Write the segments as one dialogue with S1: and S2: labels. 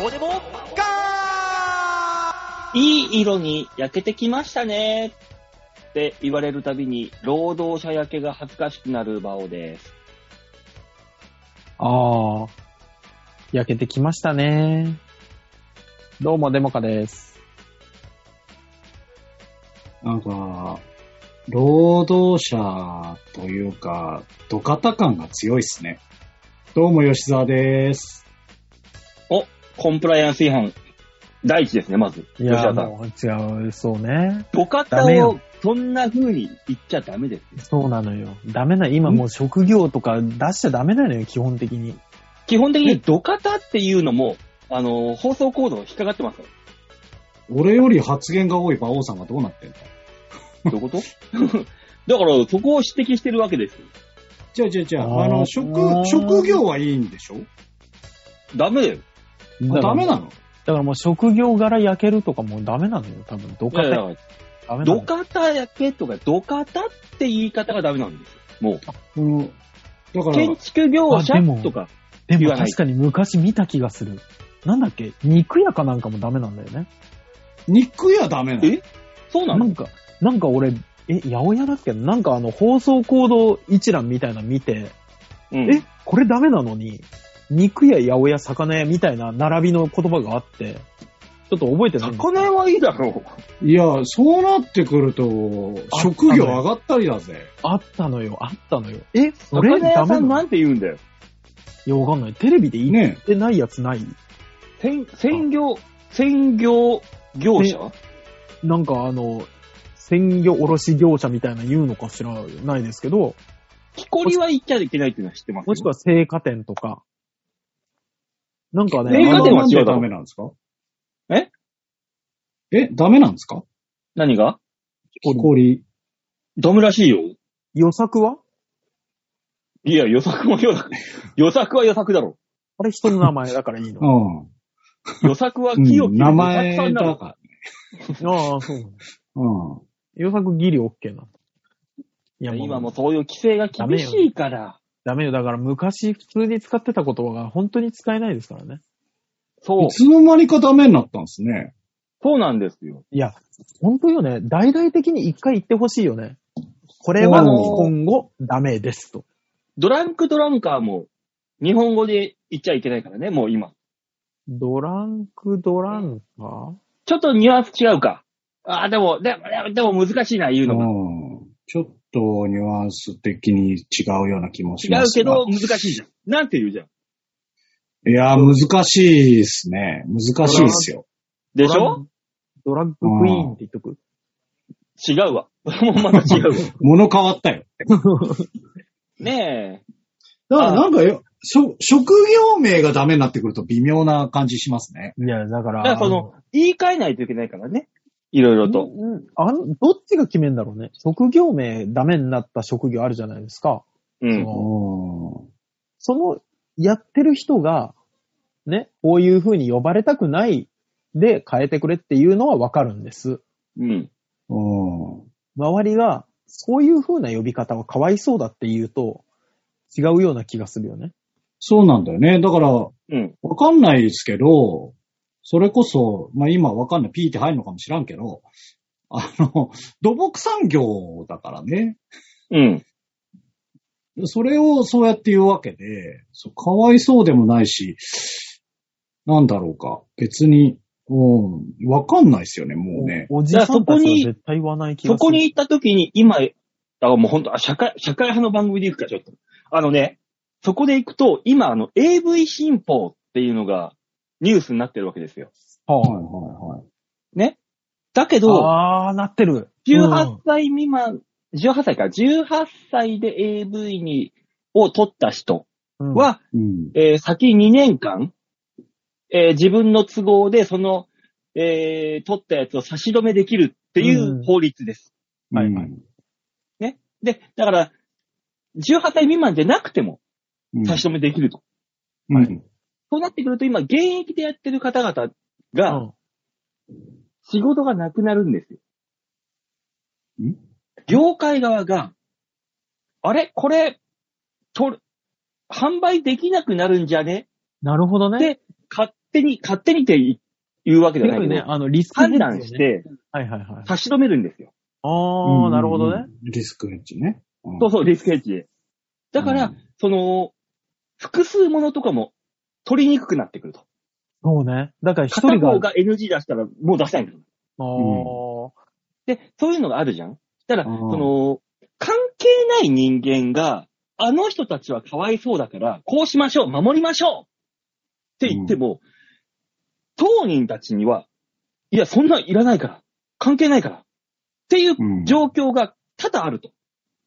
S1: どうでもガ
S2: いい色に焼けてきましたねって言われるたびに、労働者焼けが恥ずかしくなる場をです。
S3: ああ、焼けてきましたね。どうも、デモカです。
S4: なんか、労働者というか、土方感が強いっすね。どうも吉沢です。
S2: コンプライアンス違反、第一ですね、まず。
S3: い
S2: 吉
S3: や、
S2: 田さん。
S3: もう違う、そうね。
S2: 土
S3: ダメ
S2: 方を
S3: よ
S2: そんな風に言っちゃダメです。
S3: そうなのよ。ダメな、今もう職業とか出しちゃダメなのよ、基本的に。
S2: 基本的に土方っていうのも、あの、放送コード引っかかってますよ。
S4: 俺より発言が多い馬王さんがどうなってんの
S2: どういうこと だから、そこを指摘してるわけですよ。
S4: じゃあじゃあじゃ
S3: あー
S4: あ、あの、職
S3: あー、
S4: 職業はいいんでしょ
S2: ダメだよ。
S3: だから
S4: ダメなの
S3: だからもう職業柄焼けるとかもうダメなのよ、多分。ど
S2: いや
S3: か
S2: い
S3: た、
S2: や
S3: ダメなの
S2: 土
S3: よ。
S2: 方焼けとか、土方って言い方がダメなんですよ。もう、
S4: うん。だから、
S2: 建築業者
S3: あでも
S2: とか、
S3: で
S2: 言
S3: も
S2: わない
S3: 確かに昔見た気がする。なんだっけ肉屋かなんかもダメなんだよね。
S4: 肉屋ダメなの
S2: えそうな
S3: な
S2: の
S3: んか、なんか俺、え、八百屋だっけなんかあの、放送行動一覧みたいなの見て、
S2: うん
S3: え、これダメなのに、肉や八百屋、魚屋みたいな並びの言葉があって、ちょっと覚えてないんです
S2: 魚屋はいいだろ
S4: いや、そうなってくると、職業上がったりだぜ。
S3: あったのよ、あったのよ。え、
S2: う。
S3: それ
S2: 魚
S3: ダ
S2: 屋
S3: メ
S2: さ
S3: なん
S2: な
S3: のい
S2: んて言うんだよ。
S3: や、わかんない。テレビで言
S4: ね
S3: ってないやつない、
S2: 専、専業、専業業者
S3: なんかあの、鮮魚卸業者みたいな言うのかしらないですけど、
S2: 木こりは言っちゃいけないっていうのは知ってますよ
S3: もしくは青果店とか。なんか
S2: え
S3: ね、
S2: 映画では
S4: なん
S2: 違う
S4: で
S2: だろ
S4: ダメなんですか
S2: え
S4: え、ダメなんですか
S2: 何が
S4: 木こり。
S2: ダメらしいよ。
S3: 予作はい
S2: や、予作も予作。 予作は予作だろ。
S3: あれ人の名前だからいいの
S4: う。ん。
S2: 予作は
S4: うん
S2: 木を切る。
S4: 名前
S2: 予作さんだ
S4: だ
S2: ろ。
S4: から。
S3: ああ、そうなの。
S4: うん。
S3: 予作ギリオッケーなの。いや、
S2: 今
S3: も
S2: も
S3: う、
S2: そういう規制が厳しいから。
S3: ダメよ。だから昔普通に使ってた言葉が本当に使えないですからね。
S2: そう
S4: い。つの間にかダメになったんですね。
S2: そうなんですよ。
S3: いや、本当よね。大々的に一回言ってほしいよね。これは
S4: うん
S3: 今後ダメですと。
S2: ドランクドランカーも日本語で言っちゃいけないからね、もう今。
S3: ドランクドランカー
S2: ちょっとニュアンス違うか。ああ、でも、でも、でも難しいな、言う
S4: う
S2: のが。
S4: ん。ちょっとニュアンス的に違うような気もし
S2: 違
S4: ま
S2: う
S4: す
S2: け
S4: が。
S2: ど、難しいじゃん。なんて言うじゃん。
S4: いやー、難しいですね。難しいですよ。
S2: でし
S3: ドラ
S2: ょ
S3: ンドラッグクイーンって言っとく。
S2: 違うわ。 もうまた違うわ。
S4: 物変わったよ。
S2: ねえ。
S4: だからなんかよ、しょ職業名がダメになってくると微妙な感じしますね。
S3: いや、だ
S2: だ
S3: から
S2: からその、言い換えないといけないからね。いろいろと。
S3: うんうんあの、どっちが決めんだろうね。職業名ダメになった職業あるじゃないですか。
S2: うん
S3: そ。の
S4: うん。
S3: その、やってる人が、ね、こういう風に呼ばれたくないで変えてくれっていうのはわかるんです。
S2: うん。
S4: うん。
S3: 周りが、そういう風な呼び方はかわいそうだって言うと、違うような気がするよね。
S4: そうなんだよね。だから、わ
S2: うん。
S4: かんないですけど、それこそ、まあ今わかんない。ピーって入るのかもしらんけど、あの、土木産業だからね。
S2: うん。
S4: それをそうやって言うわけで、そうかわいそうでもないし、なんだろうか。別に、うん、わかんないですよね、もうね。
S3: おおじさんたち
S2: だからそこ
S3: は
S2: に
S3: 絶対言わない気がす
S2: そこ
S3: る。
S2: に行った時に、今、だからもう本当、あ社会、社会派の番組で行くか、ちょっと。あのね、そこで行くと、今、あの、AV 新法っていうのがニュースになってるわけですよ。
S3: は
S4: はい
S3: あ、
S4: はいはい。
S2: だけど、
S3: あー、なってる。
S2: 18歳未満、18歳か、18歳で AV に、を取った人
S3: うん、
S2: は、
S4: うん。
S2: えー先2年間、えー自分の都合でその、えー取ったやつを差し止めできるってい
S3: ん
S2: う法律です。
S3: はいはい
S2: で、だから、18歳未満でなくても
S4: うん。
S2: 差し止めできると。
S4: うんうん
S2: そうなってくると今、現役でやってる方々
S3: う
S2: が、
S3: ん、
S2: 仕事がなくなるんですよ。
S4: ん
S2: 業界側が、あれこれ、と、販売できなくなるんじゃね
S3: なるほどね。
S2: で買っ手に、勝手にって言うわけじゃない
S3: よ
S2: け
S3: く
S2: ど、
S3: ね、あの、リスクヘッ
S2: 判断
S3: ジ
S2: し。て
S3: はいはいはい。
S2: 差し止めるんですよ。
S3: ああ、なるほどね。
S4: うん。リスクヘッジね。うん
S2: そうそう、リスクヘッジで。だから、
S4: うん
S2: その、複数ものとかも取りにくくなってくると。
S3: そうね。だから一
S2: 片
S3: 人が。
S2: 方が NG 出したらもう出せないんですよ
S3: ああ、
S2: で、そういうのがあるじゃんしたら、
S4: あ
S2: そ
S4: ー
S2: の、関係ない人間が、あの人たちはかわいそうだから、こうしましょう、守りましょうって言っても、当人たちには、いや、そんなんいらないから、関係ないから、っていう
S4: うん
S2: 状況が多々あると。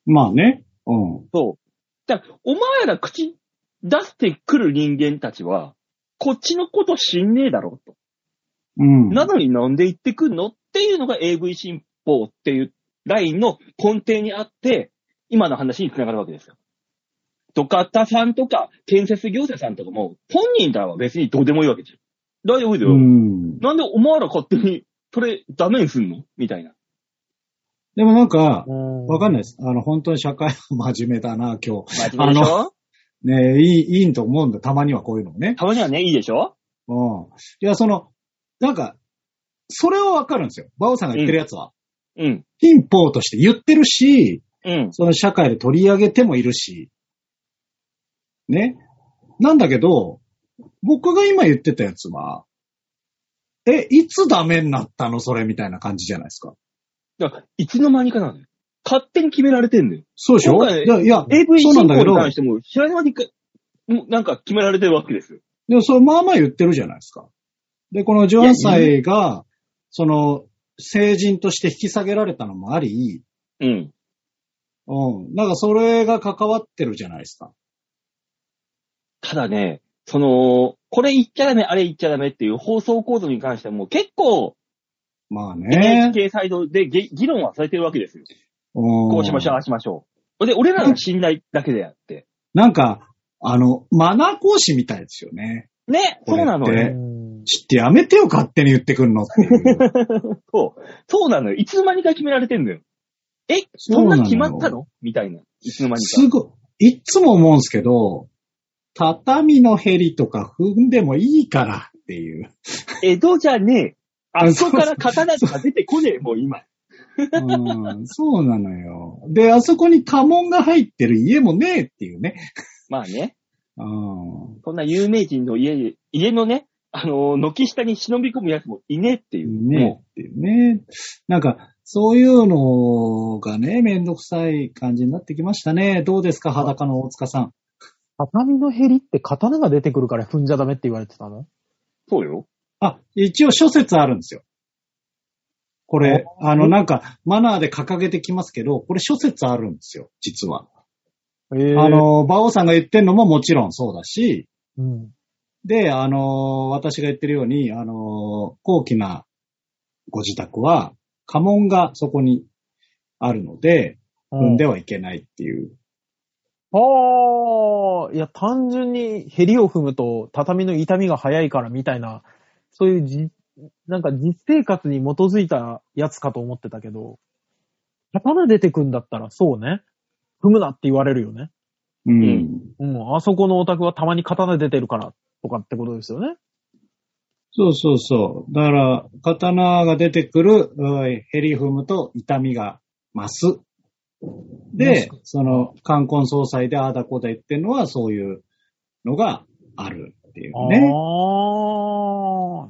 S4: まあね。うん。
S2: そう。だから、お前ら口出してくる人間たちは、こっちのこと知んねえだろうと。
S4: うん。
S2: なのになんで言ってくんのっていうのが AV 新法っていうラインの根底にあって、今の話に繋がるわけですよ。ドカッタさんとか、建設業者さんとかも、本人らは別にどうでもいいわけじゃん。大丈夫だよ。
S4: うん。
S2: なんでお前ら勝手に、それダメにすんのみたいな。
S4: でもなんか、わ
S3: わ
S4: かんないです。あの、本当に社会は真面目だな、今日。
S2: 真面目でしょ
S4: ねいい、いいと思うんだ。たまにはこういうのもね。
S2: たまにはね、いいでしょ
S4: うん。いや、その、なんか、それはわかるんですよ。バオさんが言ってるやつは。
S2: うん。
S4: 貧乏として言ってるし、
S2: うん。
S4: その社会で取り上げてもいるし。ね。なんだけど、僕が今言ってたやつは、え、いつダメになったのそれみたいな感じじゃないですか。
S2: だから、いつの間にかなのよ。勝手に決められてんだよ。
S4: そうでしょ
S2: 今回
S4: いや、いや
S2: AV
S4: そうな
S2: 新法
S4: んだけ
S2: に
S4: ど、
S2: 関しても、知らない間にか、もうなんか決められてるわけですよ。
S4: でもそれまあまあ言ってるじゃないですか。で、この18歳が、その、成人として引き下げられたのもあり、
S2: うん。
S4: うん。なんかそれが関わってるじゃないですか。
S2: ただね、その、これ言っちゃダメ、あれ言っちゃダメっていう放送コードに関してはもう結構
S4: まあね。
S2: NHK サイドでげ議論はされてるわけですよ。こ
S4: こ
S2: うしましょう、ああしましょう。で、俺らの信頼だけであって。
S4: なんか、あの、マナー講師みたいですよね。
S2: ね、
S4: こ
S2: そ
S4: れ
S2: うなのよ。
S4: ってちってやめてよ、勝手に言ってくんのっていう。
S2: そう。そうなのよ。いつの間にか決められてんのよ。え、 そんな決まったのみたいな。いつの間にか。
S4: すごい、いっつも思うんですけど、畳のヘリとか踏んでもいいからっていう。
S2: 江戸じゃねえ。あ
S4: あ
S2: そこから刀とか出てこねえ、もう今。
S4: うん、そうなのよ。で、あそこに家紋が入ってる家もねえっていうね。
S2: まあね、
S4: うん
S2: こんな有名人の家に、家のね、あの、軒下に忍び込むやつもいねえっていう。
S4: ね
S2: も
S4: えっていうね。なんか、そういうのがね、めんどくさい感じになってきましたね。どうですか、裸の大塚さん。
S3: 畳のヘリって刀が出てくるから踏んじゃダメって言われてたの
S2: うそうよ。
S4: あ、一応諸説あるんですよ。これ、
S3: あ
S4: あの、なんか、マナーで掲げてきますけど、これ諸説あるんですよ、実は。
S3: ええ
S4: あ、の、馬王さんが言ってんのももちろんそうだし、
S3: うん。
S4: で、あのー私が言ってるように、あのー高貴なご自宅は、家紋がそこにあるので、産んで
S3: は。
S4: はいけないっていう。
S3: ああ、いや、単純にヘリを踏むと畳の痛みが早いからみたいな、そういうじ、なんか実生活に基づいたやつかと思ってたけど、刀出てくんだったらそうね。踏むなって言われるよね。
S4: うん。
S2: うん
S3: うん、あそこのお宅はたまに刀出てるからとかってことですよね。
S4: そうそうそう。だから、刀が出てくる、うんヘリ踏むと痛みが増す。で、その、冠婚葬祭でああだこうだ言ってるのは、そういうのがあるっていうね。
S3: ああ、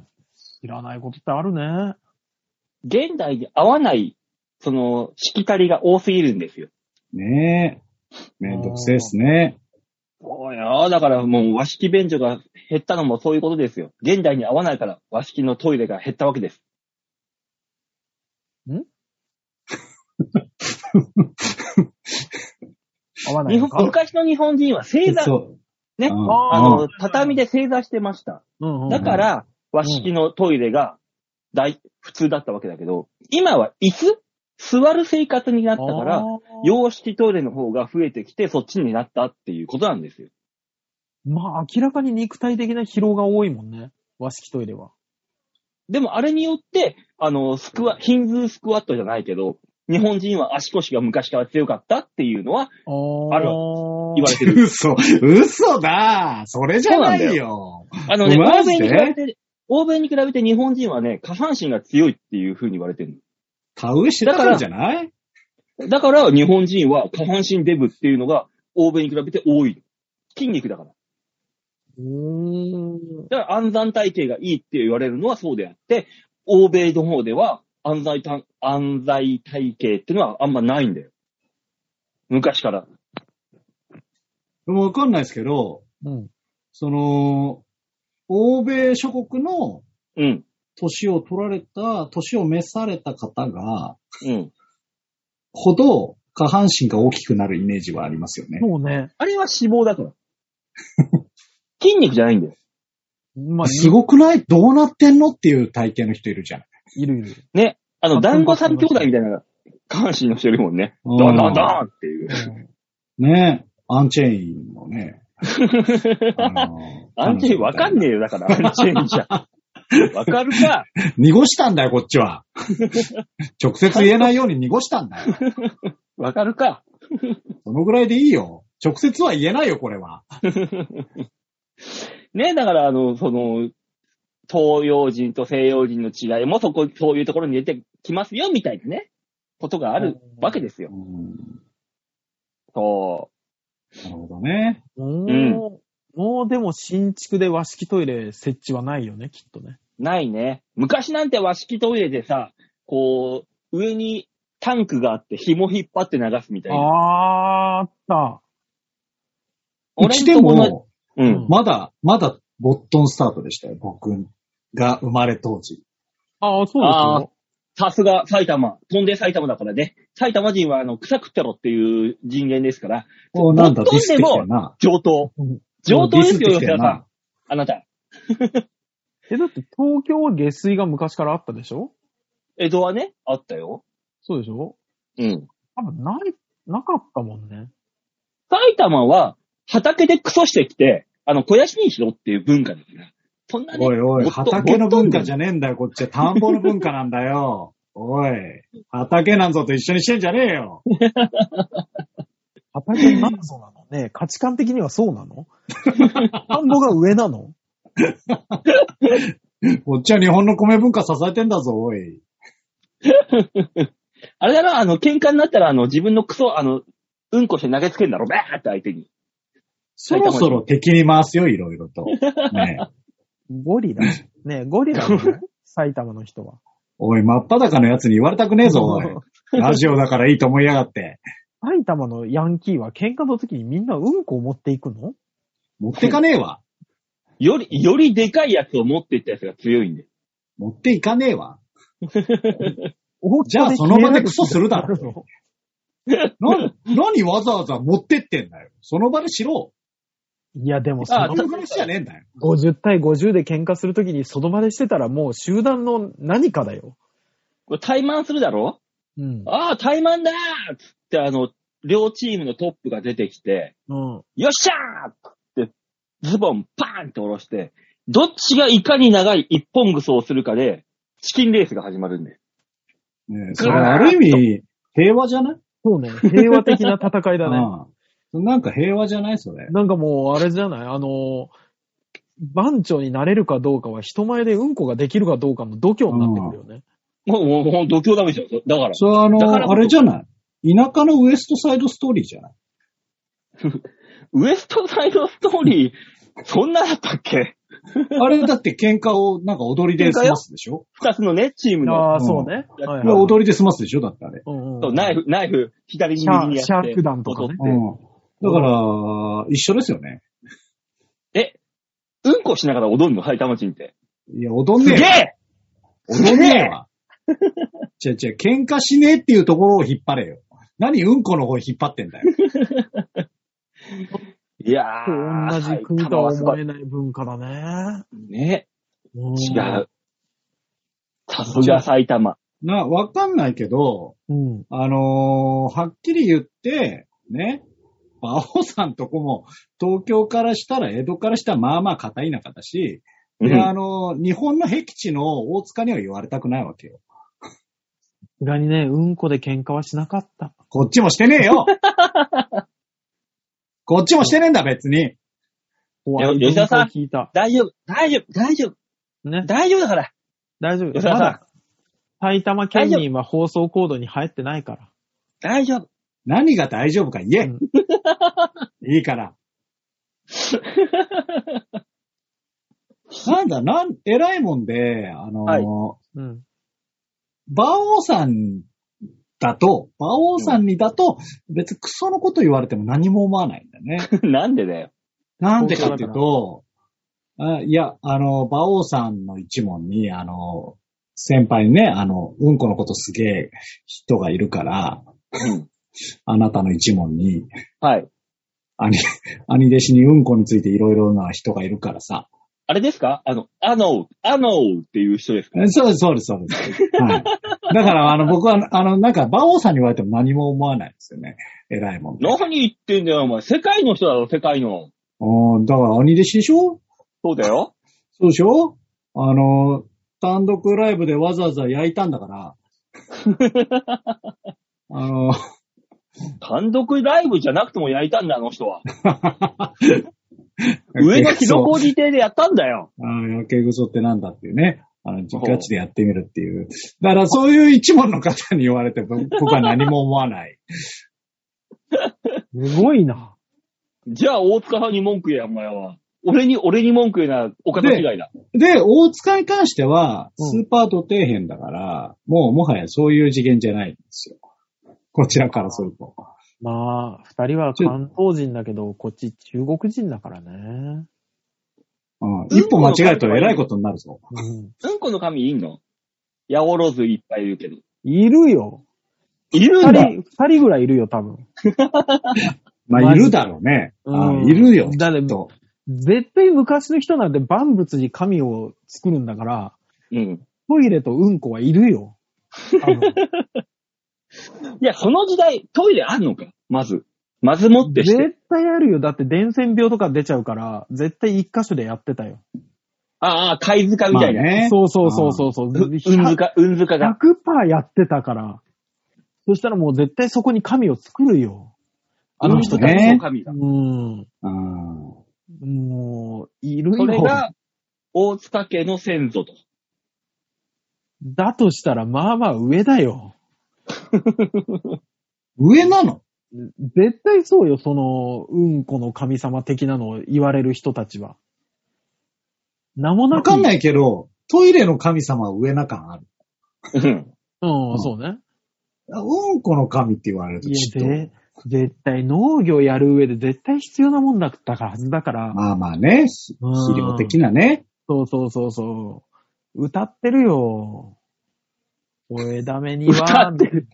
S3: 知らないことってあるね。
S2: 現代に合わない、その、しきたりが多すぎるんですよ。
S4: ねえ。めんどくせえですね。
S2: そうよ。だからもう和式便所が減ったのもそういうことですよ。現代に合わないから和式のトイレが減ったわけです。
S3: 合わな
S2: 日
S3: いの
S2: 本
S3: か。
S2: 昔の日本人は正座、
S4: そう。
S2: ね
S4: うん
S2: あ
S3: あ
S2: の、畳で正座してました。
S3: うんうん
S2: だから、和式のトイレが大、普通だったわけだけど、今は椅子座る生活になったか、
S3: あ
S2: ら、
S3: ー
S2: 洋式トイレの方が増えてきて、そっちになったっていうことなんですよ。
S3: まあ明らかに肉体的な疲労が多いもんね。和式トイレは。
S2: でもあれによって、あの、スクワ、ヒンズースクワットじゃないけど、日本人は足腰が昔から強かったっていうのは
S3: あー
S2: ある言われて る。
S4: 嘘、嘘だそれじゃないよ。
S2: あのね、
S4: マ
S2: 欧米
S4: ジで
S2: に比べて、欧米に比べて日本人はね、下半身が強いっていう風に言われてる
S4: 田植えしてたからじゃない
S2: の。だから日本人は下半身デブっていうのが欧米に比べて多い。筋肉だから。
S3: うーん。
S2: だから暗算体系がいいって言われるのはそうであって、欧米の方では暗算体暗算体系っていうのはあんまないんだよ。昔から。
S4: でもわかんないですけど、
S3: うん。
S4: その、欧米諸国の
S2: うん。
S4: 年を取られた、年を召された方が、
S2: うん。
S4: ほど下半身が大きくなるイメージはありますよね。
S3: そうね。
S2: あれは脂肪だから。筋肉じゃないんだよ。
S3: まあ、
S4: すごくないどうなってんのっていう体型の人いるじゃん。
S3: いるいる。
S2: あ
S3: あ
S2: の、団子
S3: そう
S2: 三
S3: かそ
S2: 兄弟み
S3: うか
S2: たいな下半身の人いるもんね。
S4: うん
S2: ドンドンドンっていう。
S4: ねえ。アンチェイン のね。あの
S2: アンチェインわかんねえよ、だから、アンチェインじゃ。わかるか
S4: 濁したんだよ、こっ ちは。直接言えないように濁したんだよ。
S2: わかるか
S4: そのぐらいでいいよ。直接は言えないよ、これは。
S2: ねだから、あの、その、東洋人と西洋人の違いもそこ、そういうところに出てきますよ、みたいなね、ことがあるわけですよ。そ
S4: なるほどね。
S3: もう、
S2: うん
S3: もうでも新築で和式トイレ設置はないよね、きっとね。
S2: う。ないね。昔なんて和式トイレでさ、こう、上にタンクがあって紐引っ張って流すみたいな。
S3: あーあった。
S4: う
S2: 俺
S4: ち
S2: ん
S4: で
S2: とこの
S4: も、
S2: うん。
S4: まだ、まだ、ボットンスタートでしたよ、僕が生まれ当時。
S3: ああ、そう
S2: あ
S3: で
S2: あ、さすが埼玉。飛んで埼玉だからね。埼玉人はあの、草食ってろっていう人間ですから、
S4: おなんだ、
S2: ボッ
S4: デ
S2: ト
S4: ィ
S2: ン
S4: スっ
S2: で
S4: てき
S2: も
S4: たよな。
S2: 上等
S3: うん。
S2: 上等ですよ、
S4: ディスっ
S2: 吉
S4: てきた
S2: 田
S4: よ
S2: さん
S4: な。。
S2: あなた。
S3: すよ。え、だって東京は下水が昔からあったでしょ
S2: 江戸はね、あったよ。
S3: そうでしょ
S2: うん。
S3: 多分ない、なかったもんね。
S2: 埼玉は、畑でクソしてきて、あの、肥やしにしろっていう文化ですね。そんなね
S4: おい、おい、
S2: ボットン
S4: 畑の文化じゃねえんだよ、こっちは。田んぼの文化なんだよ。 おい、畑なんぞと一緒にしてんじゃねえよ。
S3: 畑になんでそうなのねえ 価値観的にはそうな の田んぼが上なの
S4: こっちは日本の米文化支えてんだぞ、おい。
S2: あれだな、あの、喧嘩になったら、あの、自分のクソ、あの、うんこして投げつけんだろ、バーって相手に。
S4: そろそろ敵に回すよ、いろいろ と。ねえ
S3: ゴリラ。ねえゴリラだ よ埼玉の人は。
S4: おい、真っ裸のやつに言われたくねえぞ、おい。ラジオだからいいと思いやがって。
S3: 埼玉のヤンキーは喧嘩の時にみんなうんこを持っていくの
S4: 持ってかねえわ。
S2: より、よりでかいやつを持っていったやつが強いんで。
S4: 持っていかねえわ。
S3: じ
S4: じゃあその場でクソするだろ。 な、何わざわざ持ってってんだよ。その場でしろ。
S3: いや、でもそ
S2: あ
S4: そ
S3: の
S4: ういう話じゃねえんだよ。
S3: 50対50で喧嘩するときにその場でしてたらもう集団の何かだよ。
S2: これ、怠慢するだろ
S3: うん。
S2: ああ、怠慢だーつって、あの、両チームのトップが出てきて、
S3: うん。
S2: よっしゃーって、ズボンパーンって下ろして、どっちがいかに長い一本草をするかで、チキンレースが始まるんで。
S4: ねえそれある意味、平和じゃない
S3: そうね。平和的な戦いだ ね。
S4: うんなんか平和じゃないそれ。
S3: なんかもう、あれじゃないあの、番長になれるかどうかは人前でうんこができるかどうかの度胸になってくるよね。
S2: もう、もう、もう、度胸ダメじゃん。だから。
S4: それはあ
S2: だからこ
S4: の、
S2: そ
S4: あれじゃない田舎のウエストサイドストーリーじゃない
S2: ウエストサイドストーリー、そんなだったっけ
S4: あれだって喧嘩をなんか踊りで済ますでしょ
S2: 二つのね、チームの。
S3: ああ、そうね。
S2: うん
S3: はい
S4: これ
S3: はい
S4: 踊りで済ますでしょだってあれ。
S3: うん
S2: そううんナイフ、ナイフ、左に
S3: シャ
S2: 右に
S3: ー
S2: やって。
S3: シャーク弾とかね。
S4: うん。だから、一緒ですよね。
S2: うんこしながら踊るの、埼玉人って。
S4: いや、踊ん
S2: す
S4: ね
S2: げ
S4: えよ。
S2: え
S4: 踊んねえわ。違う違う、喧嘩しねえっていうところを引っ張れよ。何うんこの方引っ張ってんだよ。
S2: いやー、
S3: 同じ国
S2: 埼
S3: と
S2: 玉
S3: は
S2: はすご
S3: 思
S2: い
S3: えない文化だね。
S2: ね。
S3: うん
S2: 違う。さすが埼玉。
S4: な、わかんないけど、
S3: うん。
S4: あのーはっきり言って、ね、馬王さんとこも、東京からしたら、江戸からしたら、まあまあ硬い中だし、で、あのー日本の僻地の大塚には言われたくないわけよ。
S3: がにね、うんこで喧嘩はしなかった。
S4: こっちもしてねえよこっちもしてねえんだ、別に。
S3: 怖い
S2: 吉田さん
S3: 文句を聞いた。
S2: 大丈夫、大丈夫、大丈夫、
S3: ね。
S2: 大丈夫だから。
S3: 大丈夫。
S2: 吉田さ
S3: ま
S2: ん
S3: だ、埼玉県民は放送コードに入ってないから。
S2: 大丈夫。
S4: 何が大丈夫か言え。
S3: うん
S4: いいから。なんだ、なん、偉いもんで、あのー、
S2: はい
S3: うん。
S4: 馬王さんだと、馬王さんにだと、別にクソのこと言われても何も思わないんだね。
S2: なんでだよ。
S4: なんでかっていうと、あいや、あの、馬王さんの一問に、あの、先輩にね、あの、うんこのことすげえ人がいるから、
S2: うん
S4: あなたの一問に、
S2: はい。
S4: 兄、兄弟子にうんこについていろいろな人がいるからさ。
S2: あれですかあの、あの、あのっていう人ですか
S4: えそうです、そうです、そうです。はい。だから、あの、僕は、あの、なんか、馬王さんに言われても何も思わないですよね。偉いもんで。
S2: 何言ってんだよ、お前。世界の人だろ、世界の。
S4: うんだから、兄弟子でしょ
S2: そうだよ。
S4: そうでしょあの、単独ライブでわざわざ焼いたんだから。 あの、
S2: 単独ライブじゃなくても焼いたんだ、あの 人は。上の木戸工事亭でやったんだよ。
S4: あの、やけぐそってなんだっていうね。あの、ガチでやってみるっていう。だからそういう一問の方に言われても、僕は何も思わない。
S3: すごいな。
S2: じゃあ、大塚さんに文句言え、お前は。俺に、俺に文句言うなら、お方違いだ。
S4: で、大塚に関しては、
S3: うん
S4: スーパード底辺だから、もうもはやそういう次元じゃないんですよ。こちらからすると。
S3: まあ、二人は関東人だけど、こっち中国人だからね。
S4: うん、一歩間違えると偉いことになるぞ。
S3: うん。
S2: うんこの髪いいのやおろずいっぱいいるけど。
S3: いるよ。
S2: いる
S3: 二
S2: んだ
S3: 人、二人ぐらいいるよ、多分。
S4: まあ、いるだろうね。あ
S3: うん
S4: いるよ。
S3: だって
S4: きっと
S3: 絶対昔の人なんて万物に神を作るんだから、
S2: うん。
S3: トイレとうんこはいるよ。多 分
S2: いや、その時代、トイレあんのかまず。まずもってして。
S3: 絶対あるよ。だって伝染病とか出ちゃうから、絶対一箇所でやってたよ。
S2: ああ、貝塚みたいな。
S4: まあね
S3: そうそうそうそうそう。
S2: ううんずか、うんずかが。
S3: 100%やってたから。そしたらもう絶対そこに神を作るよ。
S2: あの人たちの神
S3: う
S2: が。
S3: ん。
S4: うん
S3: もう、いるよ。
S2: それが、大塚家の先祖と。
S3: だとしたら、まあまあ上だよ。
S4: 上なの
S3: 絶対そうよ、その、うんこの神様的なのを言われる人たちは。名もな
S4: わ
S3: く。。
S4: かんないいけど、トイレの神様は上な感ある。
S2: うん。
S3: うん、
S4: うん
S3: そうね。
S4: うんこの神って言われると
S3: い
S4: ち
S3: や、
S4: ょっ
S3: で、絶対農業やる上で絶対必要なもんだったはずだから
S4: と、。まあまあね、ひ
S3: うん
S4: 肥料的なね。
S3: そうそうそうそう。歌ってるよ。お枝めに
S2: 歌
S3: は
S2: っ、てる。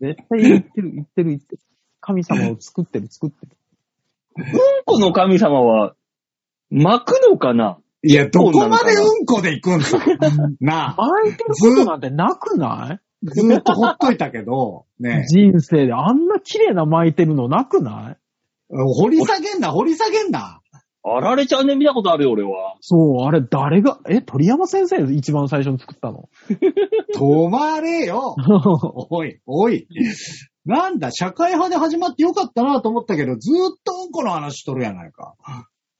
S3: 絶対言ってる、言ってる、言ってる。神様を作ってる、作ってる。
S2: うんこの神様は、巻くのかない
S4: や、どこまでうんこで行くん だなあ、
S3: 巻いてることなんてなくない
S4: ずーっとほっといたけど、ね、
S3: 人生であんな綺麗な巻いてるのなくない
S4: 掘り下げんな、掘り下げんな。
S2: あられちゃんで見たことあるよ、俺は。
S3: そう、あれ誰が、え、鳥山先生一番最初に作った の
S4: 止まれよ。おい、おい。なんだ、社会派で始まってよかったなと思ったけど、ずーっとうんこの話しとるやないか。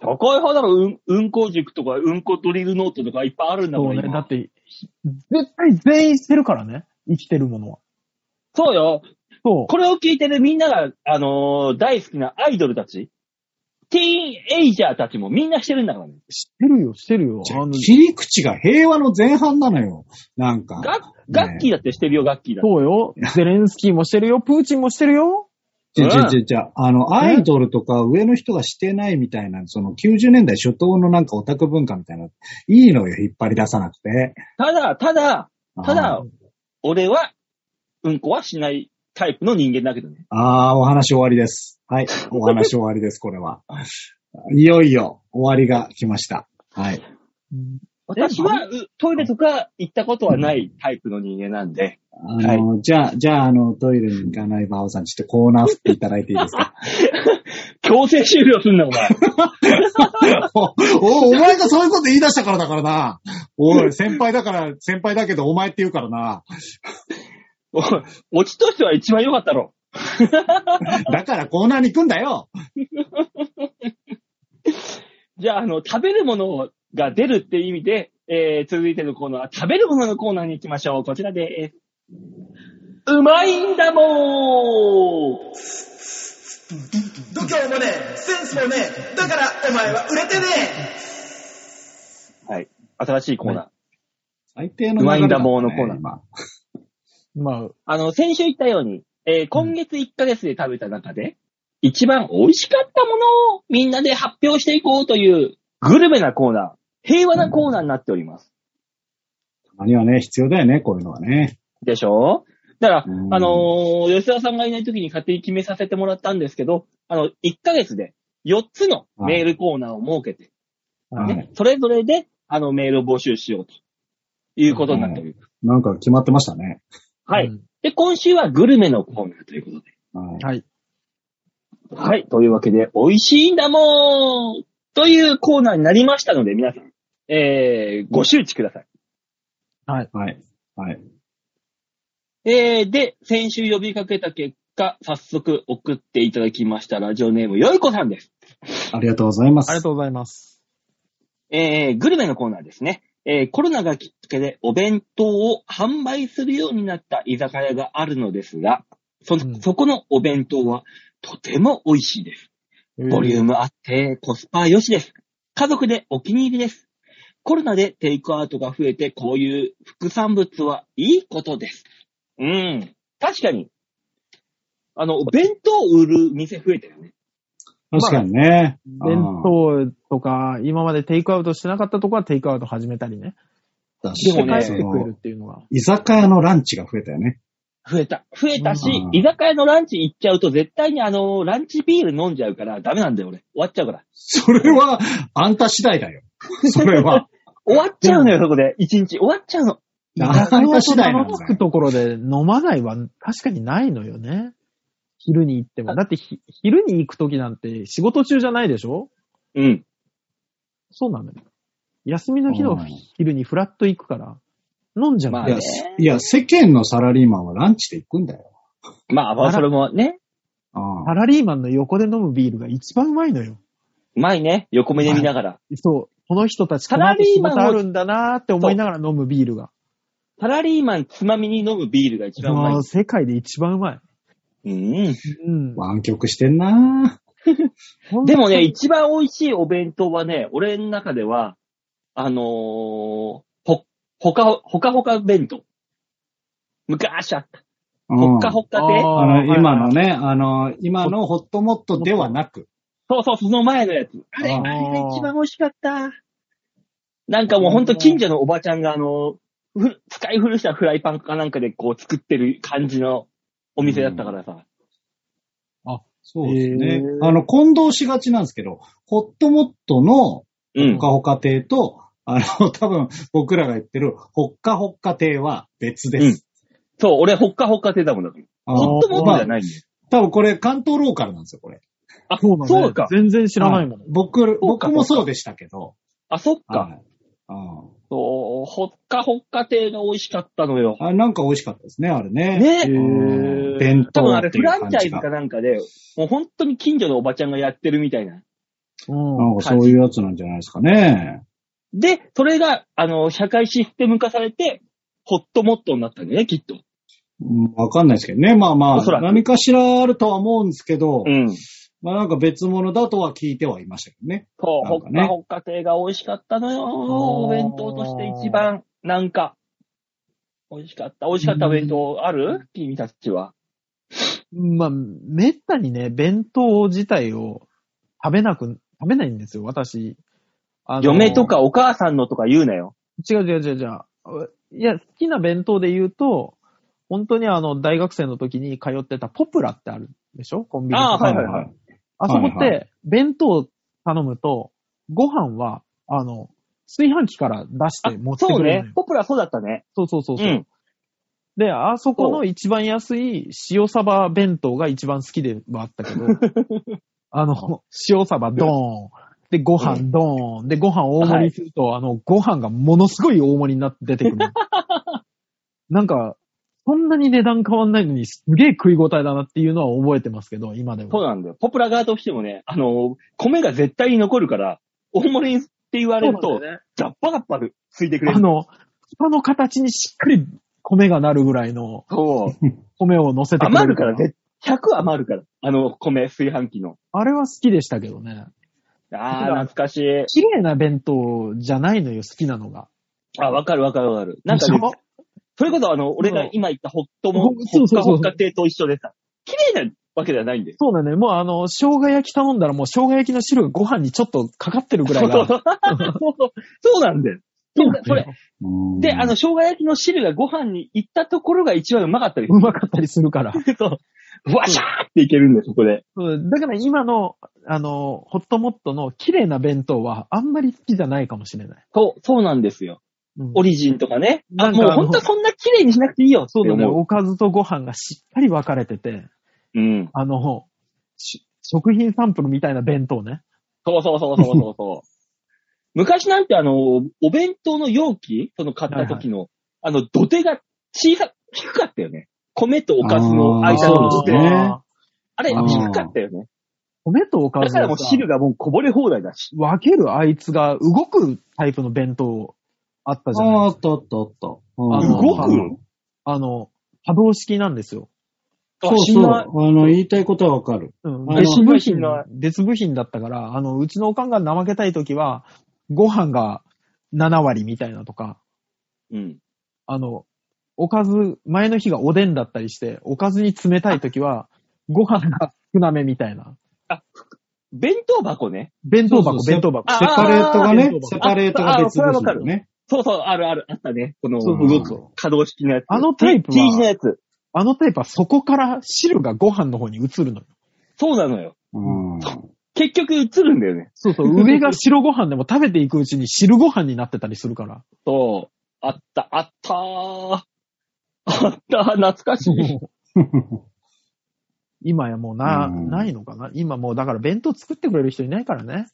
S2: 高い派だろ、うん、うんこ塾とか、うんこドリルノートとかいっぱいあるんだ
S3: そ
S2: も
S3: うんね、だって、絶対全員してるからね。生きてるものは。
S2: そうよ。
S3: そ
S2: これを聞いてるみんなが、あのー大好きなアイドルたち、ティーンエイジャーたちもみんなしてるんだからね。
S3: う、してるよ、してるよ。あの
S4: 切り口が平和の前半なのよ。なんか。
S2: ガッ、ガッキーだってしてるよ、ガッキーだって。
S3: そう よ。ゼレンスキーもしてるよ。プーチンもしてる よ。
S4: じゃじ
S2: うん
S4: ゃじゃじゃ、あの、アイドルとか上の人がしてないみたいな、その90年代初頭のなんかオタク文化みたいな、いいのよ、引っ張り出さなくて。
S2: ただ、ただ、た
S4: あ
S2: だ
S4: ー、
S2: 俺は、うんこはしないタイプの人間だけどね。
S4: あー、お話終わりです。はい、お話終わ りです、これは。いよいよ、終わりが来ました。はい。
S2: 私は、うトイレとか行ったことはないタイプの人間なんで。
S4: あの、じゃあ、じゃあ、あの、トイレに行かないバオさん、ちょっとコーナー振っていただいていいですか
S2: 強制終了すんな、お前。
S4: お お、お前がそういうこと言い出したからだからな。お い、先輩だから、先輩だけどお前って言うからな。
S2: おオチとしては一番良かったろ。
S4: だからコーナーに行くんだよ。
S2: じゃあ、あの、食べるものが出るって意味で、えー、続いてのコーナーは、食べるもののコーナーに行きましょう。こちらです。うまいんだもん
S1: 度胸もねえセンスもねえだからお前は売れてねえ
S2: はい。新しいコーナー。
S4: 最低の、
S2: うまいんだもんのコーナー
S4: 今
S3: まあ、
S2: あの、先週言ったように、えー今月1ヶ月で食べた中で、一番美味しかったものをみんなで発表していこうという、グルメなコーナー、平和なコーナーになっております。
S4: たまにはね、必要だよね、こういうのはね。
S2: でしょだから、
S4: うん
S2: あのー吉田さんがいない時に勝手に決めさせてもらったんですけど、あの、1ヶ月で4つのメールコーナーを設けて、
S4: は
S2: ね
S4: い。
S2: それぞれで、あの、メールを募集しようということになっております。
S4: なんか決まってましたね。
S2: はい。
S3: うん
S2: で、今週はグルメのコーナーということで。
S4: はい
S3: はい。
S2: はい。というわけで、美味しいんだもんというコーナーになりましたので、皆さん、えー、ご周知ください。
S4: はい。はい。
S2: えー、で、先週呼びかけた結果、早速送っていただきましたラジオネーム、よいこさんです。
S4: ありがとうございます。
S3: ありがとうございます。
S2: えー、グルメのコーナーですね。えー、コロナがきっかけでお弁当を販売するようになった居酒屋があるのですが、その、
S3: うん
S2: そこのお弁当はとても美味しいです。ボリュームあって、コスパ良しです。家族でお気に入りです。コロナでテイクアウトが増えて、こういう副産物はいいことです。うん。確かに。あの、お弁当を売る店増えたよね。
S4: 確かにね。
S3: 弁当とか、今までテイクアウトしてなかったとこはテイクアウト始めたりね。
S4: 当
S2: でも
S3: で、
S2: ね
S3: 帰ってくれるっていうのが。
S4: 居酒屋のランチが増えたよね。
S2: 増えた。増えたし
S4: う、ん
S2: 居酒屋のランチ行っちゃうと絶対にあの、ランチビール飲んじゃうからダメなんだよ俺。終わっちゃうから。
S4: それは、あんた次第 だよ。それは。
S2: 終わっちゃうのよ、そこで。一日終わっちゃうの。
S4: あんた次第なん
S3: つ
S4: だ
S3: く
S4: よ。
S3: ところで飲まないは確かにないのよね。昼に行っても。だってひ昼に行くときなんて仕事中じゃないでしょ
S2: うん。
S3: そうなのよ。休みの日の
S4: うん
S3: 昼にフラッと行くから、飲んじゃう
S2: まあ
S4: い
S2: ね
S4: や、いや、世間のサラリーマンはランチで行くんだよ。
S2: まあまあ、それもね、
S4: あ
S3: サラリーマンの横で飲むビールが一番うまいのよ。
S2: うまいね。横目で見ながら。
S3: そう。この人たち、
S2: サ
S3: こ
S2: ラ
S3: の
S2: リ
S3: 仕
S2: ーマンを
S3: 事あるんだなーって思いながら飲むビールが。
S2: サラリーマンつまみに飲むビールが一番うまい
S3: あー。世界で一番うまい。
S2: うん。
S3: うん。
S4: 湾曲してんな
S2: でもね、
S3: 本
S2: 一番美味しいお弁当はね、俺の中では、あのーほ、ほかほ、ほかほか弁当。昔あった。
S4: ぁ。う
S2: ほ
S4: ん
S2: っかほっか
S3: 当に
S2: で。
S3: あー
S4: あの、
S3: はい
S4: 今のね、あの、今のホットモットではなく、
S2: そうそう、その前のやつ。あれ、
S4: あ
S2: あ
S4: ー
S2: れが一番美味しかった。なんかもうほんと近所のおばちゃんがあの、ふ使い古したフライパンかなんかでこう作ってる感じのお店だったからさ。
S4: そうです
S3: へ
S4: ね。
S3: ー
S4: あの、混同しがちなんですけど、ホットモットの
S2: うん。
S4: ほかほか亭と、あの、 多分僕らが言ってるほっかほっか亭は別です。
S2: そう、俺ほっかほっかってたもんだから。
S4: あの
S2: ほっともっとじゃないんだよ。
S4: 多分これ関東ローカルなんですよ、これ。
S2: あ、
S3: そうなの
S2: そうか。
S3: 全然知らないもん。
S4: はい僕、
S2: そうか
S4: 僕もそうでしたけど。
S2: あ、そっか。
S4: はいうん
S2: そう、ほっかほっか亭が美味しかったのよ。
S4: あれなんか美味しかったですね、あれね。
S2: ねえ
S4: うん伝
S2: 多分あ
S4: 統
S2: れ
S4: っ
S2: フ
S4: ていう
S2: ラン
S4: 感
S2: チャ
S4: じ
S2: イズ
S4: が
S2: か。なんかで、もう本当に近所のおばちゃんがやってるみたいな。
S3: う。
S4: なんんかそういうやつなんじゃないですかね。
S2: で、それが、あの、社会システム化されて、ホットモットになったんだよね、きっと。
S4: うんわかんないですけどね。まあま
S2: おそら
S4: あ、
S2: く
S4: 何かしらあるとは思うんですけど、
S2: ん。
S4: まあなんか別物だとは聞いてはいましたけどね。
S2: そう、
S4: な
S2: ほ
S4: ん
S2: っ
S4: かね
S2: かほっか亭が美味しかったのよ。お弁当として一番、なんか、美味しかった。美味しかったお弁当ある君たちは。
S3: まあ、めったにね、弁当自体を食べなく、食べないんですよ、私。あの
S2: 嫁と。かお母さんのとか言うなよ。
S3: 違う違う違う違う。いや、好きな弁当で言うと、本当にあの、大学生の時に通ってたポプラってあるでしょコンビニ
S2: あーはいはい
S3: あそこっ
S4: はいは
S3: て、弁当頼むと、ご飯は、あの、炊飯器から出して持って
S2: そう
S3: くれるの
S2: ね
S3: よ。。
S2: ポプラそうだったね。
S3: そうそうそう
S2: う
S3: そう、
S2: ん。
S3: で、あそこの一番安い塩サバ弁当が一番好きではあった けど、あの、塩サバドーン。で、ご
S2: う
S3: 飯ドーン。で、ご飯大盛りすると、あの、ご飯がものすごい大盛りになって出て くる。なんか、そんなに値段変わんないのに、すげえ食い応えだなっていうのは覚えてますけど、今で
S2: そう
S3: も。
S2: なんだよ。ポプラ側としてもね、あの、米が絶対に残るから、大盛りって言われると、ザッパザッパでついてくれ
S3: あ
S2: る。
S3: の、蓋の形にしっかり米がなるぐらいの
S2: そう。
S3: 米を乗せてくれ
S2: 余るから、絶100余るから。あの、米、炊飯器の。
S3: あれは好きでしたけどね。
S2: あ
S3: た
S2: あ、
S3: だ
S2: 懐かしい。
S3: 綺麗な弁当じゃないのよ、好きなのが。
S2: あ、わかるわかるわかる。なんかね
S3: でしょ、
S2: それこそあの、俺が今言ったホットも、
S3: うん
S2: ホ
S3: そう
S2: ッ
S3: そう
S2: カ
S3: そう
S2: ホッカ亭と一緒でさ、綺麗なわけではないんです。
S3: そうだね。もうあの、生姜焼き頼んだらもう生姜焼きの汁がご飯にちょっとかかってるぐら
S2: そ
S3: い
S2: う
S3: が。
S2: そう そうそうなんだよ。そうだそれ。
S4: うん
S2: で、あの、、生姜焼きの汁がご飯に行ったところが一番うまかったり
S3: うまかったりするから。
S2: すると、わしゃーっていけるんだよ、そこで。
S3: うんだから今の、あの、ホットモットの綺麗な弁当はあんまり好きじゃないかもしれない。
S2: そう、そうなんですよ。
S3: うん
S2: オリジンとかね。あ、
S3: なんか
S2: も
S3: あ
S2: う
S3: の
S2: ほんとそんな綺麗にしなくていいよ。
S3: そうだね。
S2: 思
S3: おかずとご飯がしっかり分かれてて、
S2: う。うん。
S3: あの、し食品サンプルみたいな弁当ね。
S2: そうそうそうそうそうそう。 昔なんてあの、お弁当の容器その買った時の、あの、土手が小さ、低かったよね。米とおかずの
S4: あー
S2: 間の土
S4: そう
S2: 手。
S4: ですね
S2: あれ、
S4: あー
S2: 低かったよね。
S3: 米とおか
S2: だ
S3: ず
S2: からも
S3: が
S2: う
S3: さ
S2: 汁がもうこぼれ放題だし。
S3: 分けるあいつが動くタイプの弁当あったじゃない
S4: あーっとっとっと。うん
S3: あの
S2: 動
S3: あ
S2: く
S3: のあの、波動式なんですよ。
S4: そう
S2: 死
S4: そ
S2: ん
S4: う。
S2: だ
S4: あの、言いたいことはわかる。
S3: うん
S4: あの
S3: 別
S2: 別
S3: 部
S2: 部品
S3: 品
S2: の、
S3: 別部品だったから、あの、うちのおかんが怠けたいときは、ご飯が7割みたいなとか、
S2: うん。
S3: あの、おかず、前の日がおでんだったりして、おかずに冷たいときは、ご飯が少なめみたいな。
S2: 弁当箱ね。
S3: 弁当箱、
S4: そうそう
S3: 弁当箱。
S2: あ
S4: セパレートがね
S3: あ、ー
S4: セパレートが別ですよね。
S2: そうそう、あるある、あったね。この
S3: そう
S4: そう
S2: 動く可動式のやつ。
S3: あのタイプは
S2: T 字のやつ。
S3: あのタイプはそこから汁がご飯の方に移るのよ。
S2: そうなのよ。
S4: うん
S2: 結局映るんだよね。
S3: そうそう、上 が白ご飯でも食べていくうちに汁ご飯になってたりするから。
S2: そう。あった、あったー。あったー、懐かしい。
S3: 今やもうな、
S4: うん
S3: ないのかな今もうだから弁当作ってくれる人いないからね。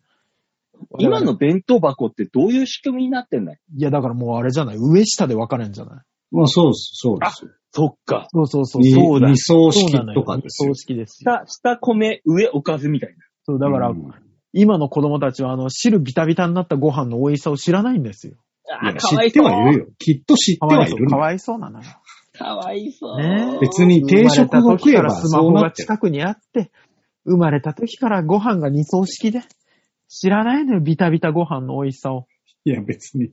S2: 今の弁当箱ってどういう仕組みになってんだい
S3: いやだからもうあれじゃない上下で分かれんじゃない
S4: まあそうです、そうです。
S2: そっか。
S3: そうそうそう。
S4: に
S3: そうだ。
S4: 二層
S3: そう
S4: 式
S3: なのよ
S4: とかですよ
S3: 二層。式ですよ。
S2: 下、下米、上おかずみたいな。
S3: そう、だから、
S4: うん
S3: 今の子供たちはあの、汁ビタビタになったご飯の美味しさを知らないんですよ。
S4: い
S2: あ
S4: や
S2: ー、か
S4: 知
S2: わい
S4: っ
S2: そ
S4: て
S2: う。
S4: はいるよ。きっと知って
S3: かわ
S4: はい
S3: いそ
S4: る
S3: う。か
S4: の。
S3: わいそうなのよ。
S2: かわいそう。
S3: ねえ
S4: 別に定食を食え
S3: 生まれた時か
S4: ば
S3: らスマホ
S4: そうな
S3: が
S4: ってる。
S3: 近くにあって、生まれた時からご飯が二層式で、知らないのよ、ビタビタご飯の美味しさを。
S4: いや別に、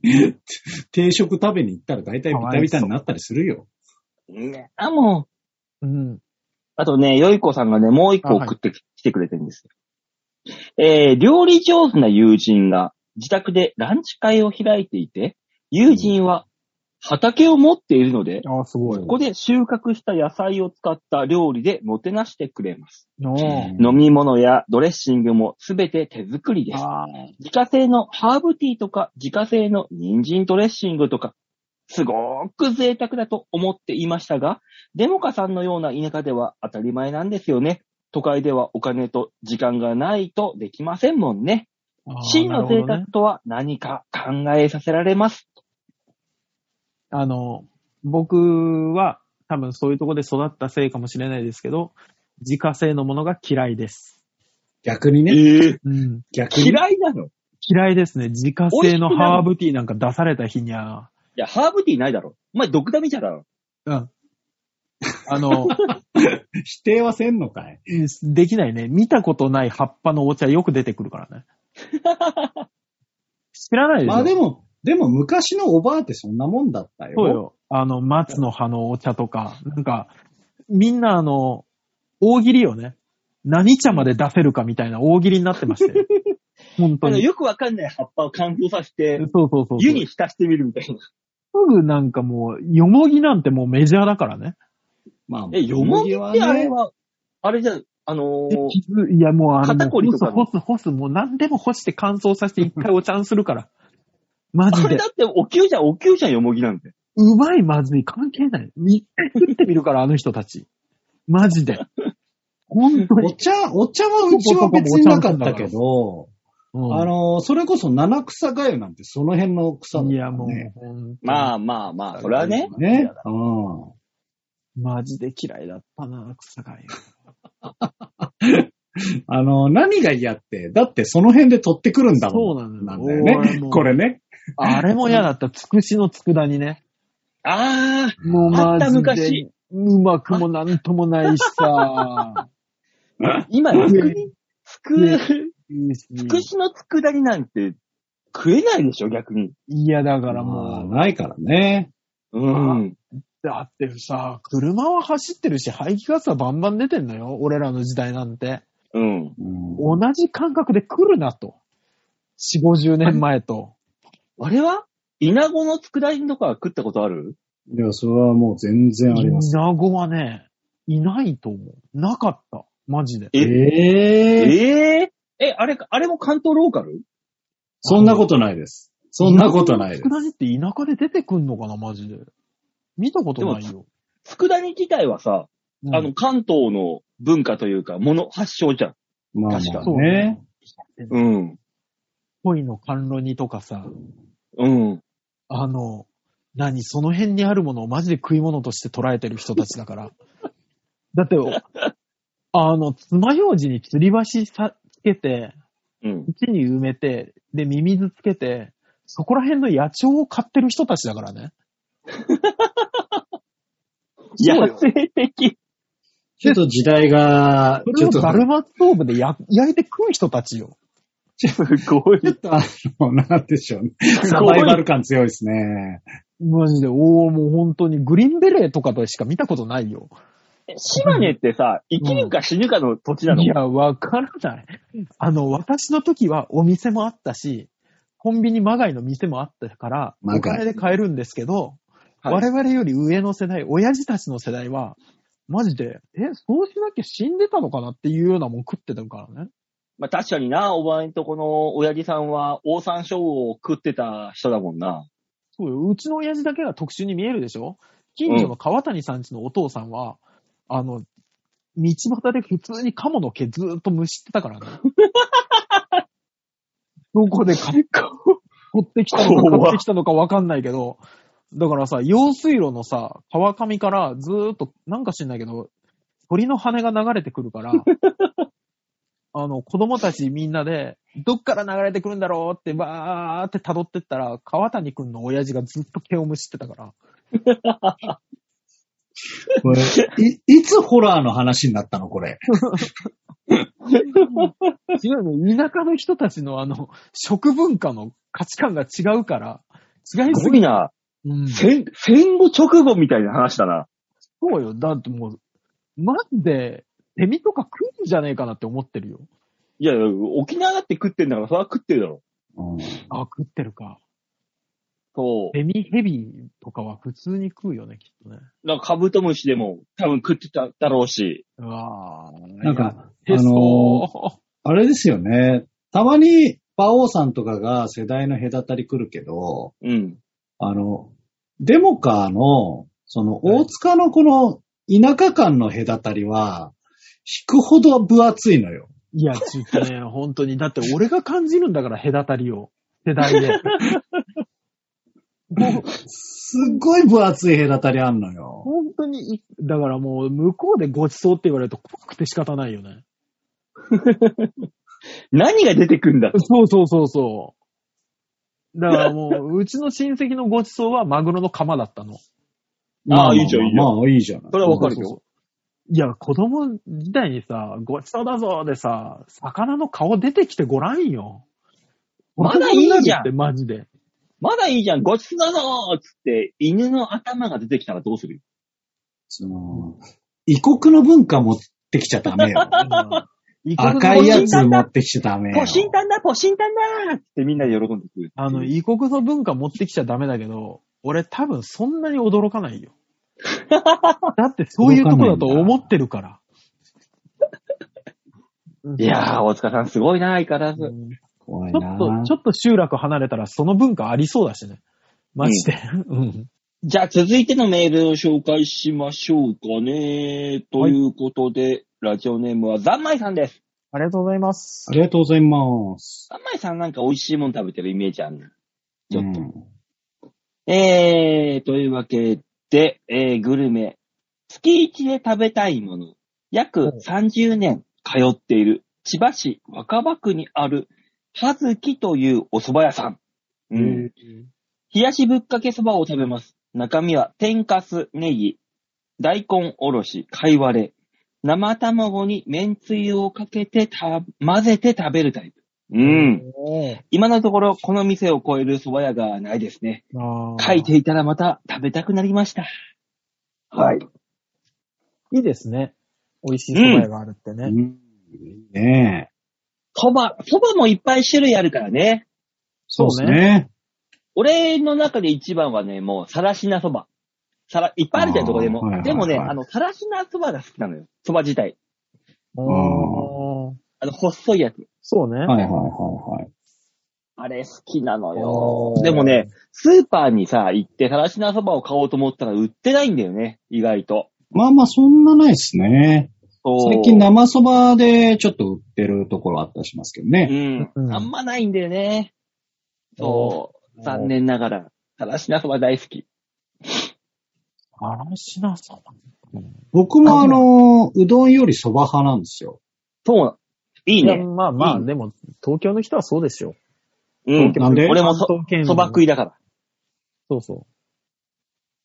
S4: 定食食べに行ったら大体ビタビタになったりするよ。
S2: ねあ、もう。
S3: うん。
S2: あとね、よいこさんがね、もう一個
S3: あはい
S2: 送ってき来てくれてるんですよ。えー、料理上手な友人が自宅でランチ会を開いていて、友人は畑を持っているので、
S3: ああ、すごい
S2: こ。こで収穫した野菜を使った料理でもてなしてくれます。
S3: おー
S4: うん
S2: 飲み物やドレッシングもすべて手作りです。
S3: ああ、
S2: 自家製のハーブティーとか、自家製の人参ドレッシングとか、すごーく贅沢だと思っていましたが、デモカさんのような田舎では当たり前なんですよね。都会ではお金と時間がないとできませんもんね。真の贅
S3: ね
S2: 沢。とは何か考えさせられます。
S3: あの、僕は多分そういうとこで育ったせいかもしれないですけど、自家製のものが嫌いです。
S4: 逆にね、
S2: ええ
S3: うん。
S4: 逆に。
S2: 嫌いなのい
S3: 嫌いですね。自家製のハーブティーなんか出された日にゃ、
S2: や、ハーブティーないだろ。お前、ドクダミじゃろ。
S3: うん。あの、
S4: 否定はせんのかい。
S3: できないね。見たことない葉っぱのお茶よく出てくるからね。知らないでしょ。
S4: まあでも、でも昔のおばあってそんなもんだったよ。
S3: そうよ。あの、松の葉のお茶とか、なんか、みんなあの、大喜利をね、何茶まで出せるかみたいな大喜利になってましたよ。本当
S2: あの、
S3: に。
S2: よくわかんない葉っぱを乾燥させて
S3: そう、そうそうそう。
S2: 湯に浸してみるみたいな。
S3: すぐなんかもう、よもぎなんてもうメジャーだからね。
S4: まあ、
S2: え、よもぎ
S4: は
S2: っ
S4: ね
S2: てあれは、あれじゃん、あのー、
S3: 傷いやもうあの、
S2: 肩こり
S3: 干
S2: と
S3: す
S2: か
S3: 干す干す、もう何でも干して乾燥させて一回お茶んするから。マ
S2: あ
S3: ジ
S2: れ
S3: で
S2: だ。って、お灸じゃん、お灸じゃん、よもぎなんて。
S3: うまい、まずい、関係ない。み、食ってみるから、あの人たち。マジで。本当
S4: お
S3: に。
S4: 茶、お茶はうちは別になかったけ ど、
S3: うん
S4: あの、それこそ七草がゆなんてその辺の草だからね
S3: いや、もう、ほんと
S2: まあまあまあ、それはね。
S4: ね。うん。
S3: マジで嫌いだったな、草がゆ。
S4: あの、何が嫌って、だってその辺で取ってくるんだもん。
S3: そうなのよ
S4: なんだよね
S3: 俺。も
S4: これね。
S3: あれも嫌だった。つくしのつくだにね。
S2: あ
S3: もう
S2: あ
S3: マ
S2: っ
S3: ジで。
S2: た昔
S3: うまくもなんともないし さ。
S2: あ、今、つくり、つく、つ
S3: つ
S2: くしのつくだりなんて食えないでしょ、逆に。
S3: いや、だから
S4: まあ、
S3: もう。
S4: ないからね。
S2: うん。
S3: だってさ、車は走ってるし、排気ガスはバンバン出てんのよ。俺らの時代なんて。
S2: うん。
S4: うん
S3: 同じ感覚で来るなと。四五十年前と。
S2: あれは稲子のつくだりとか食ったことある
S4: いや、それはもう全然あります。
S3: ナゴはね、いないと思う。なかった。マジで。
S2: ええ
S4: ええ
S2: ええ、あれか、あれも関東ローカル
S4: そんなことないです。そんなことないです
S3: つく。だにって田舎で出てくんのかな、マジで。見たことないよ。
S2: つくだり自体はさ、
S3: うん
S2: あの、関東の文化というか、もの発祥じゃん。
S4: まあ
S2: 確か
S4: まあ
S2: に
S3: そう
S4: ね。。
S2: うん。
S3: 恋の甘露煮とかさ、
S2: うん。
S3: あの、何、その辺にあるものをマジで食い物として捉えてる人たちだから。 だって、あの、爪楊枝に吊り橋さつけて、
S2: うん。
S3: 木に埋めて、で、ミミズつけて、そこら辺の野鳥を飼ってる人たちだからね。そう
S2: 野
S3: よ
S2: 生的。
S4: ちょっと時代が
S3: そ、
S4: ち
S3: れ
S4: ょっ
S3: を
S4: と、
S3: ダルマストーブでや焼いて食う人たちよ。
S2: すごい
S4: ちょっとあの、なんでしょうね。サバイバル感強いですね。
S3: マジで、おおもう本当にグリーンベレーとかでしか見たことないよ。
S2: 島根ってさ、生きるか死ぬかの土地なの、
S3: いや、わからない。あの、私の時はお店もあったし、コンビニまがいの店もあったから、
S4: まがい
S3: お金で買えるんですけど、
S2: はい
S3: 我々より上の世代、親父たちの世代は、マジで、え、そうしなきゃ死んでたのかなっていうようなもん食ってたからね。
S2: まあ確かにな、お前んとこの親父さんは、オオサンショウウオを食ってた人だもんな。
S3: そうよ、うちの親父だけが特殊に見えるでしょ近所の川谷さんちのお父さんは、あの、道端で普通にカモの毛ずーっとむしってた からね。どこで買っ取ってきたのか、
S2: 怖
S3: 買ってきたのかわかんないけど、だからさ、用水路のさ、川上からずーっと、なんか知んないけど、鳥の羽が流れてくる から、あの、子供たちみんなで、どっから流れてくるんだろうって、ばーって辿ってったら、川谷くんの親父がずっと毛をむしってた から。
S4: これ、い、いつホラーの話になったのこれ。
S3: 違うね、田舎の人たちのあの、食文化の価値観が違うから、違い
S2: すご
S3: す
S2: い
S3: ぎ。
S2: な。
S3: うん
S2: 戦、戦後直後みたいな話だな。
S3: そうよ。だってもう、マジで、セミとか食うんじゃねえかなって思ってるよ。
S2: いや、沖縄だって食ってんだから、それは食ってるだろ。
S4: うん
S3: あ、食ってるか。
S2: そ
S3: セミヘビとかは普通に食うよね、きっとね。
S2: う。なんかカブトムシでも多分食ってただろうし。
S3: うわぁ。
S4: なんか、
S3: いや、へ
S4: あの
S3: そ
S4: あれですよね。たまに、馬王さんとかが世代の隔たり来るけど、
S2: うん。
S4: あの、デモカーの、その、大塚のこの、田舎間の隔たりは、引くほど分厚いのよ。
S3: う。 いや、ちょっとね、本当に。だって俺が感じるんだから、隔たりを。世代 で。もう、
S4: すっごい分厚い隔たりあんのよ。
S3: 本当にい、だからもう、向こうでごちそうって言われると怖くて仕方ないよね。
S2: 何が出てくんだ
S3: そうそうそうそう。だからもう、うちの親戚のごちそうはマグロの釜だったの。
S2: ああ
S4: ま
S2: いいじゃんいいじゃん
S4: まあ、いいじゃん。
S2: それはわかるよ
S3: そうそうそう。いや、子供時代にさ、ごちそうだぞでさ、魚の顔出てきてごらんよ。
S2: まだいいじゃん
S3: 大人になるってマジ で。
S2: まだいいじゃん、ごちそうだぞーつって、犬の頭が出てきたらどうする
S4: その、異国の文化持ってきちゃダ メよ。
S3: うん
S4: 赤いやつ持ってきちゃダメよ
S2: ポ。シンタンだ、ポシンタンだーつってみんなで喜んでくる。
S3: あの、異国の文化持ってきちゃダメだけど、俺多分そんなに驚か ないよ。だってそういうとこだと思ってるから。
S2: いやー、大塚さんすごいな、相変わらず。
S3: うん
S4: こごい
S3: ちょ
S4: な。
S3: っと、ちょっと集落離れたらその文化ありそうだしね。マジで。うん。
S2: じゃあ続いてのメールを紹介しましょうかね。ということで、ラジオネームはザンマイさんです。
S3: ありがとうございます
S4: あ。りがとうございます。
S2: ザンマイさんなんか美味しいもの食べてるイメージあるなちょっと。
S4: うん
S2: えー、というわけで、えー、グルメ。月一で食べたいもの。約30年通っている千葉市若葉区にある、はずきというお蕎麦屋さん。うん。冷やしぶっかけそばを食べます。中身は天かす、ネギ、大根おろし、貝割れ、生卵に麺つゆをかけてた、混ぜて食べるタイプ。う。。
S3: うん
S2: 今のところ、この店を超える蕎麦屋がないですね。
S3: ああ。
S2: 書いていたらまた食べたくなりました。はい。
S3: いいですね。美味しい蕎麦屋があるってね。
S4: うんねえ。
S2: 蕎麦、蕎麦もいっぱい種類あるからね。
S4: そうう
S3: ね
S4: ですね。
S2: 俺の中で一番はね、もう、さらしな蕎麦。さら、いっぱいあるじゃん、
S4: あー
S2: どこでも。
S4: はいはいはい
S2: でもね、あの、さらしな蕎麦が好きなのよ。蕎麦自体。
S3: あ
S4: ー
S3: ー
S2: あの、細いやつ。
S3: そうね。
S4: はいはいはいはい。
S2: あれ好きなのよ
S3: お。ー
S2: でもね、スーパーにさ、行って、たらしなそばを買おうと思ったら売ってないんだよね、意外と。
S4: まあまあ、そんなないですね。最近
S2: な、
S4: 生そばでちょっと売ってるところあったりしますけどね。
S2: う
S3: うん
S2: ん。あんまないんだよね。そう。残念ながら、たらしなそば大好き。
S3: あらしな蕎麦。
S4: 僕もあの、うどんよりそば派なんですよ。
S2: そう。いい
S3: いや、
S2: ね。
S3: まあま
S2: い
S3: あ、
S2: い
S3: でも、東京の人はそうですよ。
S2: うん。
S4: なんで
S2: 俺もそ
S3: 関東圏
S2: そば食いだから。
S3: そうそ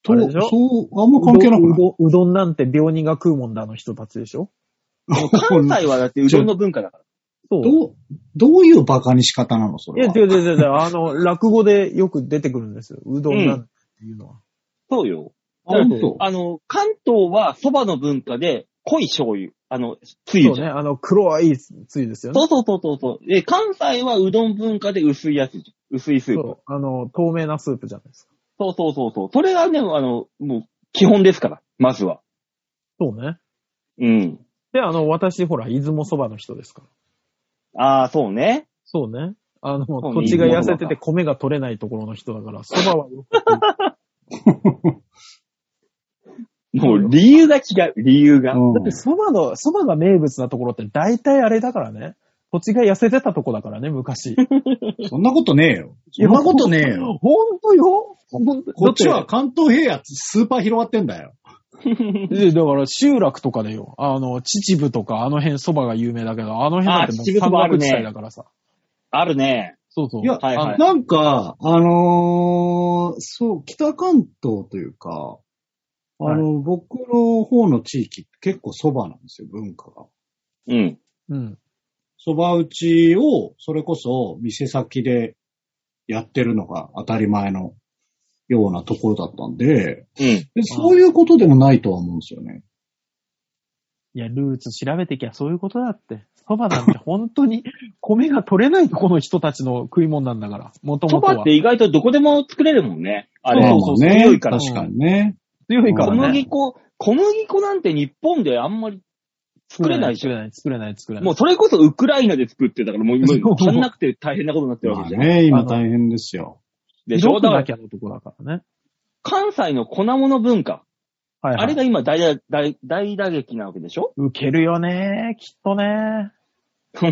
S4: と
S3: あれでしょ
S4: そう、あん
S3: う。
S4: ま関係なく
S3: う
S4: ない。
S3: どんうどんなんて病人が食うもんだの人たちでしょ
S2: 関西はだってうどんの文化だから。
S3: そう。
S4: どう、どういう馬鹿に仕方なのそ
S3: い
S4: れ
S3: や、
S4: は。
S3: 違う違う違う違う、あの、落語でよく出てくるんですよ。うどんなんていうのは。
S2: そうよ。
S4: あ本当
S2: あの、関東はそばの文化で、濃い醤油。あの、つゆ
S3: そう
S2: じゃん
S3: ね、あの、黒いつゆですよね
S2: そ。うそうそうそうそう。で、関西はうどん文化で薄いやつじゃん。薄いスープ。
S3: そう。あの、透明なスープじゃないですか。
S2: そうそうそうそう。それがね、あの、もう、基本ですから。まずは。
S3: そうね。
S2: うん。
S3: で、あの、私、ほら、出雲そばの人ですから。
S2: ああ、そうね。
S3: そうね。あ
S2: う
S3: の、土地が痩せてて米が取れないところの人だから、そばはよ く食う。
S2: もう、理由が違う。理由が。
S4: うん
S3: だって、そばの、そばが名物なところって大体あれだからね。土地が痩せてたとこだから ね、昔。
S4: そんなことねえよ。そんなことねえ よ。
S3: ほんとよほんと
S4: こっち
S3: だ
S4: は関東平野、スーパー広がってんだよ。
S3: えだから、集落とかでよ。あの、秩父とか、あの辺蕎麦が有名だけど、あの辺だっても
S2: あ
S3: う
S2: 秩父蕎麦あるね
S3: 地帯だからさ。
S2: あるね。
S3: そうそう。
S4: いや
S2: はいはい。
S4: なんか、あのーそう、北関東というか、あの、僕の方の地域って結構蕎麦なんですよ、文化が。
S2: うん。
S3: うん。
S4: 蕎麦打ちを、それこそ店先でやってるのが当たり前のようなところだったんで、
S2: うん。
S4: でそういうことでもないとは思うんですよね。
S3: いや、ルーツ調べてきゃそういうことだって。蕎麦なんて本当に 米が取れないとこの人たちの食い物なんだから、もと
S2: そ
S3: もと
S2: ば
S3: は
S2: って。意外とどこでも作れるもんね。あれ。
S4: まあ
S3: そう
S4: まあ
S3: そう
S4: ね、
S2: 強いから。
S4: 確かにね。
S3: 強いか
S2: 小
S3: らね。
S2: 麦粉、小麦粉なんて日本であんまり作れないでし
S3: 作
S2: ょ。
S3: れない、作れない、作れない。
S2: もうそれこそウクライナで作ってたから、もう、
S3: そう
S2: もう足んなくて大変なことになってるわ
S4: ま
S2: けじ
S4: あ
S2: ゃん。
S4: ね、
S3: あ
S4: 今
S3: の
S4: 大変ですよ。
S2: でしょだ
S3: だ
S2: か
S3: な
S2: ら
S3: き、ゃのとこだからね。
S2: 関西の粉物文化。
S3: はい、はい。
S2: あれが今大打大大打撃なわけでしょ
S3: 受けるよね、きっとね。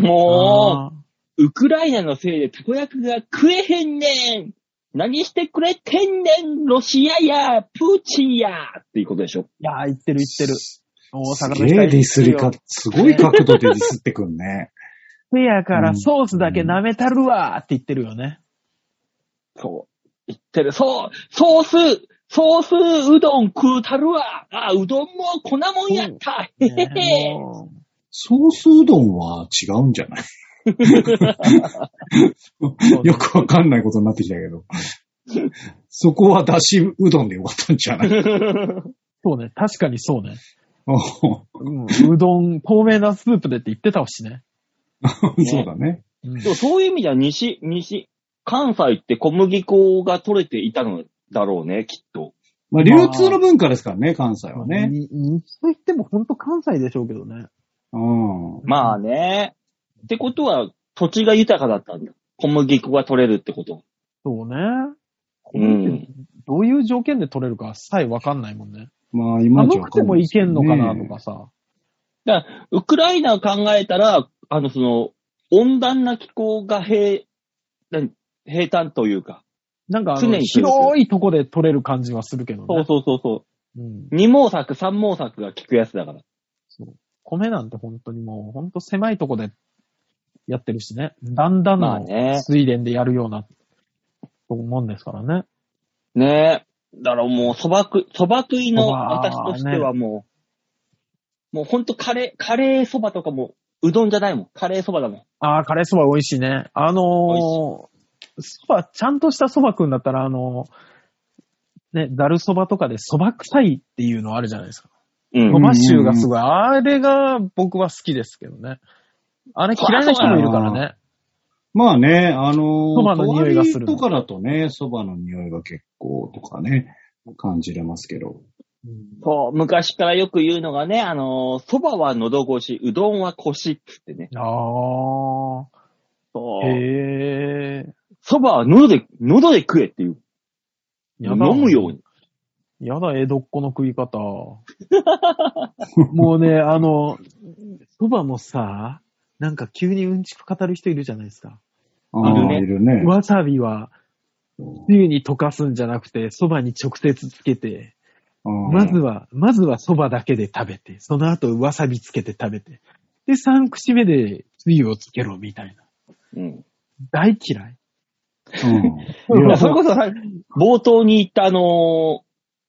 S2: も
S3: あー
S2: う、ウクライナのせいでたこ焼きが食えへんねん何してくれてんねんロシアやプーチンやっていうことでしょ
S3: いやー、言ってる言ってる。大
S4: す
S3: 阪の人は
S4: げえデ
S3: 言
S4: ィ
S3: っ
S4: ス
S3: てる
S4: り
S3: よ
S4: か、すごい角度でディスってくる ね。
S3: せやか
S4: う
S3: ら
S4: ん
S3: ソースだけ舐めたるわーって言ってるよね。
S2: そう。言ってる。そうソースソースうどん食うたるわあ、うどんも粉もんやった、へへへ
S3: ねも
S4: ソースうどんは違うんじゃないよくわかんないことになってきた けど。そこはだしうどんでよかったんじゃな い
S3: うそうね、確かにそうね。
S4: そう
S3: うん、うどん、透明なスープでって言ってたしね。
S4: だね。
S3: うん
S2: でもそういう意味では西、西、関西って小麦粉が取れていたのだろうね、きっと。
S4: まあ、流通の文化ですからね、関西はね。
S3: に西と言っても本当関西でしょうけどね。
S4: うん。
S2: まあね。ってことは、土地が豊かだったんだ。小麦粉が取れるってこと。
S3: そうね。
S2: うん。
S3: どういう条件で取れるかさえわかんないもんね。
S4: まあ、今じゃ
S3: 寒くてもいけんのかなとかさ。
S2: ウクライナを考えたら、あの、その、温暖な気候が平、何平坦というか。
S3: なんかあ
S2: 常
S3: の、
S2: に来る
S3: 広いとこで取れる感じはするけどね。
S2: そうそうそうそ
S3: うん
S2: う。二毛作、三毛作が効くやつだから。
S3: そう米なんて本当にもう、本当狭いとこでやってるしね。だんだん
S2: まあ
S3: の
S2: ね
S3: 水田でやるような、と思うんですからね。
S2: ねえ。だからもう、蕎麦食い、蕎麦食いの私としてはもう、もうほんとカレー、カレー蕎麦とかも、うどんじゃないもん。カレー蕎麦だもん。
S3: ああ、カレーそば美味しいね。あのー、そば、ちゃんとしたそば食うんだったら、あのー、ね、ざるそばとかでそば臭いっていうのあるじゃないですか。
S2: うん
S3: そば臭がすごい。あれが僕は好きですけどね。あれ嫌いな人もいるからね。
S4: まあね、あのー、
S3: 蕎麦の匂いがする
S4: 隣とかだとね、蕎麦の匂いが結構とかね、感じれますけど。
S2: そう、昔からよく言うのがね、あのー、蕎麦は喉越し、うどんは腰っつってね。
S3: あ
S2: そ
S3: あ。
S2: う。
S3: へえ。
S2: 蕎麦は喉で、喉で食えっていう。
S3: や
S2: 飲
S3: だ
S2: むように。
S3: やだ、江戸っ子の食い方。 もうね、あの、そばもさ、なんか急にうんちく語る人いるじゃないですか。
S4: あ
S2: る
S4: あ、
S2: ね
S4: いるね。
S3: わさびは、つゆに溶かすんじゃなくて、そばに直接つけて、ま
S4: ま
S3: ずは、まずはそばだけで食べて、その後わさびつけて食べて、で、3口目でつゆをつけろみたいな。
S2: うん。
S3: 大嫌い。
S4: うん。い
S2: い
S4: や
S2: や、それこそさ、冒頭に言ったあのー、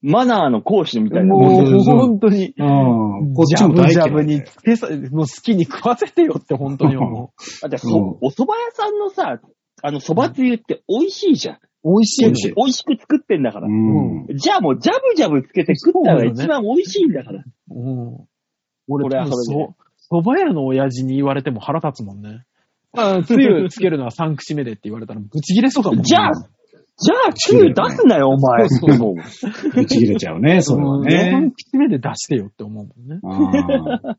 S2: マナーの講師みたいな。
S3: も
S4: 本当
S3: う、
S4: にそう
S3: 本当に。
S4: うん。こっち
S3: ジ
S4: も
S3: ャブ
S4: 大
S3: ジ
S4: 嫌
S3: ャ
S4: い
S3: ブにつけさ、もう好きに食わせてよって本当に思う。
S2: だってそ、
S4: うん
S2: お蕎麦屋さんのさ、あの、蕎麦つゆって美味しいじゃん。
S3: 美味しい
S2: 美
S3: ん
S2: 味し
S3: だ
S2: い
S3: よ。
S2: 美味しく作ってんだから
S4: う。ん。
S2: じゃあもう、ジャブジャブつけて食ったら
S3: そうだよね
S2: 一番美味しいんだから。
S3: うん。
S2: これは
S3: 俺、
S2: それで
S3: そ、蕎麦屋の親父に言われても腹立つもんね。あつゆつけるのは3口目でって言われたら、ぶち切れそうかもんね。
S2: じゃあ、じゃあ、つゆ出すなよ、お前。
S4: そうそう
S2: そう。
S4: 打ち切れちゃうね、それは
S3: 3
S4: ね。
S3: 口目で出してよって思うもんね。
S4: あ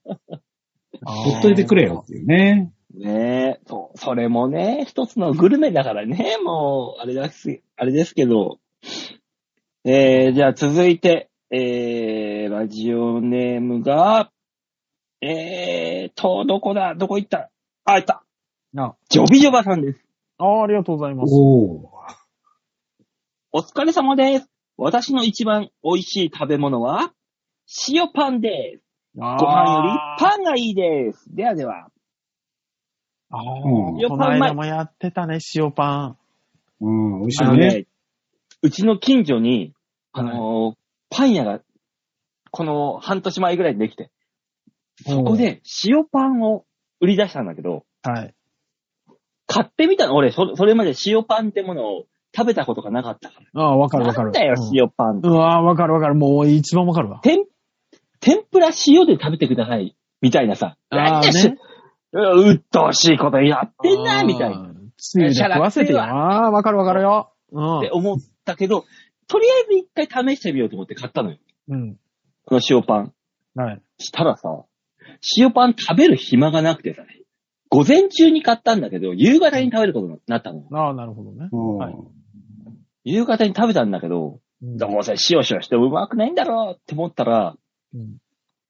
S4: あほ
S3: ほ
S4: っといてくれよっ。ていうね。
S2: ねえ、そう、それもね、一つのグルメだからね、もう、あれだす、あれですけど。えー、じゃあ続いて、えー、ラジオネームが、えーと、どこだどこ行ったあ、行った
S3: あ
S2: ジョビジョバさんです。
S3: あー、ありがとうございます。
S4: おお。
S2: お疲れ様です。私の一番美味しい食べ物は、塩パンです。
S3: あー
S2: ご飯よりパンがいいです。ではでは。
S3: あ
S4: うん
S3: ーこの間もやってたね、塩パン。
S4: うん、美味し
S2: あの
S4: いね。
S2: ね、うちの近所に、あのーパン屋が、この半年前ぐらいにできて、
S3: そ
S2: ここ。で塩パンを売り出したんだけど、
S3: はい。
S2: 買ってみたの。俺、そそれまで塩パンってものを食べたことがなかったか
S3: ああ、わかる
S2: ら。
S3: わか
S2: な
S3: る。
S2: んだよ、塩パン。
S3: うん。うわーわかるわかる。もう一番わかるわ。
S2: 天、天ぷら塩で食べてください。みたいなさ。
S3: あー
S2: なんだし、
S3: ね
S2: うっとうしいことやってんな、みたいな。
S3: な。つゆで食わせてよ。ああー、わかるわかるよ。うん
S2: って思ったけど、とりあえず一回試してみようと思って買ったのよ。
S3: うん。
S2: この塩パン。
S3: はい。
S2: したらさ、塩パン食べる暇がなくてさ、午前中に買ったんだけど、夕方に食べることになったの。
S3: ああ、なるほどね。
S4: うん
S3: はい
S2: 夕方に食べたんだけど、
S3: うん
S2: どうせ塩塩してうまくないんだろうって思ったら、
S3: うん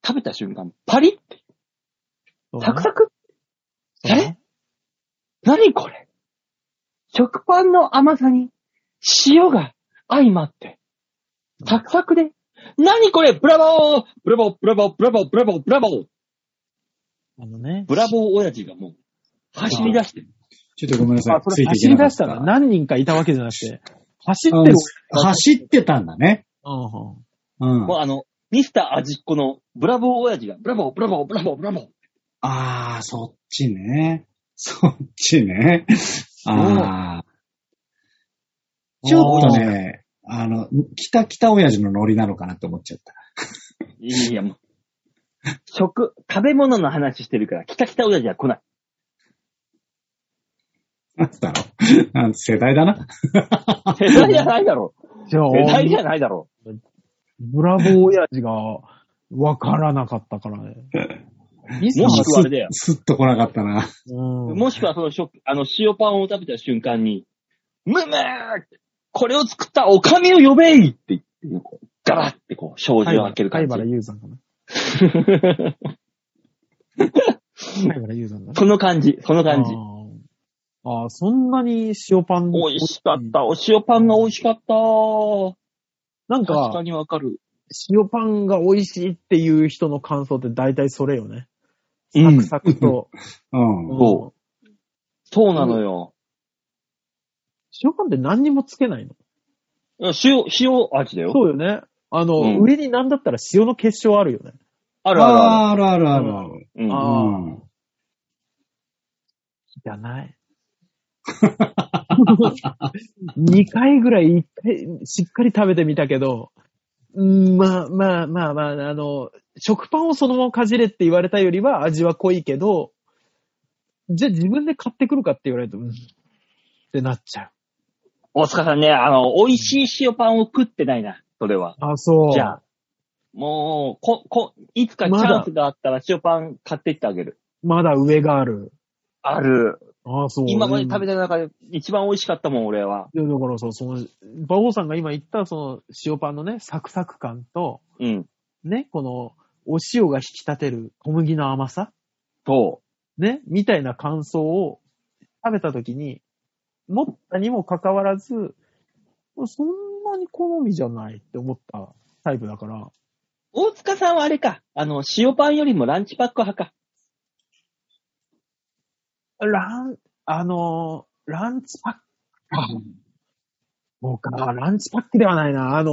S2: 食べた瞬間、パリッて、
S3: そうね
S2: サクサク、
S3: そうね
S2: 何これ食パンの甘さに塩が相まって、サクサクで、何これブラボーブラボーブラボーブラボーブラボーブラボー
S3: あのね。
S2: ブラボー親父がもう、走り出して、
S4: ちょっとごめんなさい
S3: あ、。こ
S4: つ
S3: れ
S4: いてい
S3: 走
S4: け
S3: り
S4: なか
S3: 出
S4: っ
S3: したら何人かいたわけじゃなく て、走って
S4: あ
S3: る。
S4: 走ってたんだね。
S3: うんうん
S4: うん
S2: もう。あの、ミスター味っ子のブラボー親父が、ブラボー、ブラボー、ブラボー、ブラボー。
S4: ああ、そっちね。 そっちね。ああ。ちょっとね、あの、北北親父のノリなのかなって思っちゃった。
S2: いやいや、もう。食、食べ物の話してるから、キタキタ親父は来ない。
S4: なんつったのなんつ世代だな。
S2: 世代じゃないだろ
S3: じゃあ
S2: う。世代じゃ、ないだろ
S3: ブラボー親父がわからなかったからね。リス
S2: もしくはあれだよ
S4: すっと来なかったな。
S3: うん。
S2: もしくはその食、あの、塩パンを食べた瞬間に、むむーこれを作ったおかみを呼べいって言って、こうガラッてこう、障子を開ける感
S3: 貝
S2: じ。
S3: 原雄山かな。 貝原雄山だね。
S2: その感じ、その感じ
S3: あ。ー。あーそんなに塩パン
S2: 美味しかった。お塩パンが美味しかった。
S3: なん
S2: 確か
S3: か、
S2: にわかる。
S3: 塩パンが美味しいっていう人の感想って大体それよね。
S2: う
S3: サ
S2: ん
S3: クサクと。
S4: うん。
S3: うん
S2: そそうなのよ。
S3: 塩パンって何にもつけないの
S2: 塩、塩味だよ。
S3: そうよね。あの、
S2: うん
S3: 上になんだったら塩の結晶あるよね。
S2: あるあるあ
S4: あるあるあるある。
S2: る。うん
S3: あ
S4: うん。
S3: じゃない。2回ぐらい、一回、しっかり食べてみたけど、うんまあまあまあまあ、あの、食パンをそのままかじれって言われたよりは味は濃いけど、じゃあ自分で買ってくるかって言われると、うん、ってなっちゃう。
S2: 大塚さんね、あの、美味しい塩パンを食ってないな、それは。
S3: あ、そう。
S2: じゃあ、もう、こ、こ、いつかチャンスがあったら塩パン買ってってあげる。
S3: まだ上がある。
S2: ある。
S3: あ、そう。
S2: 今まで食べ
S3: て
S2: た中で一番美味しかったもん、俺は。
S3: だからそう、その、馬王さんが今言った、その、塩パンのね、サクサク感と、
S2: うん。
S3: ね、この、お塩が引き立てる小麦の甘さ
S2: そ
S3: ね、みたいな感想を食べたときに、持ったにもかかわらず、そんなに好みじゃないって思ったタイプだから、
S2: う。大塚さんはあれか。あの、塩パンよりもランチパック派か。
S3: ラン、あのー、ランチパック。そうか、ランチパックではないな。あのー、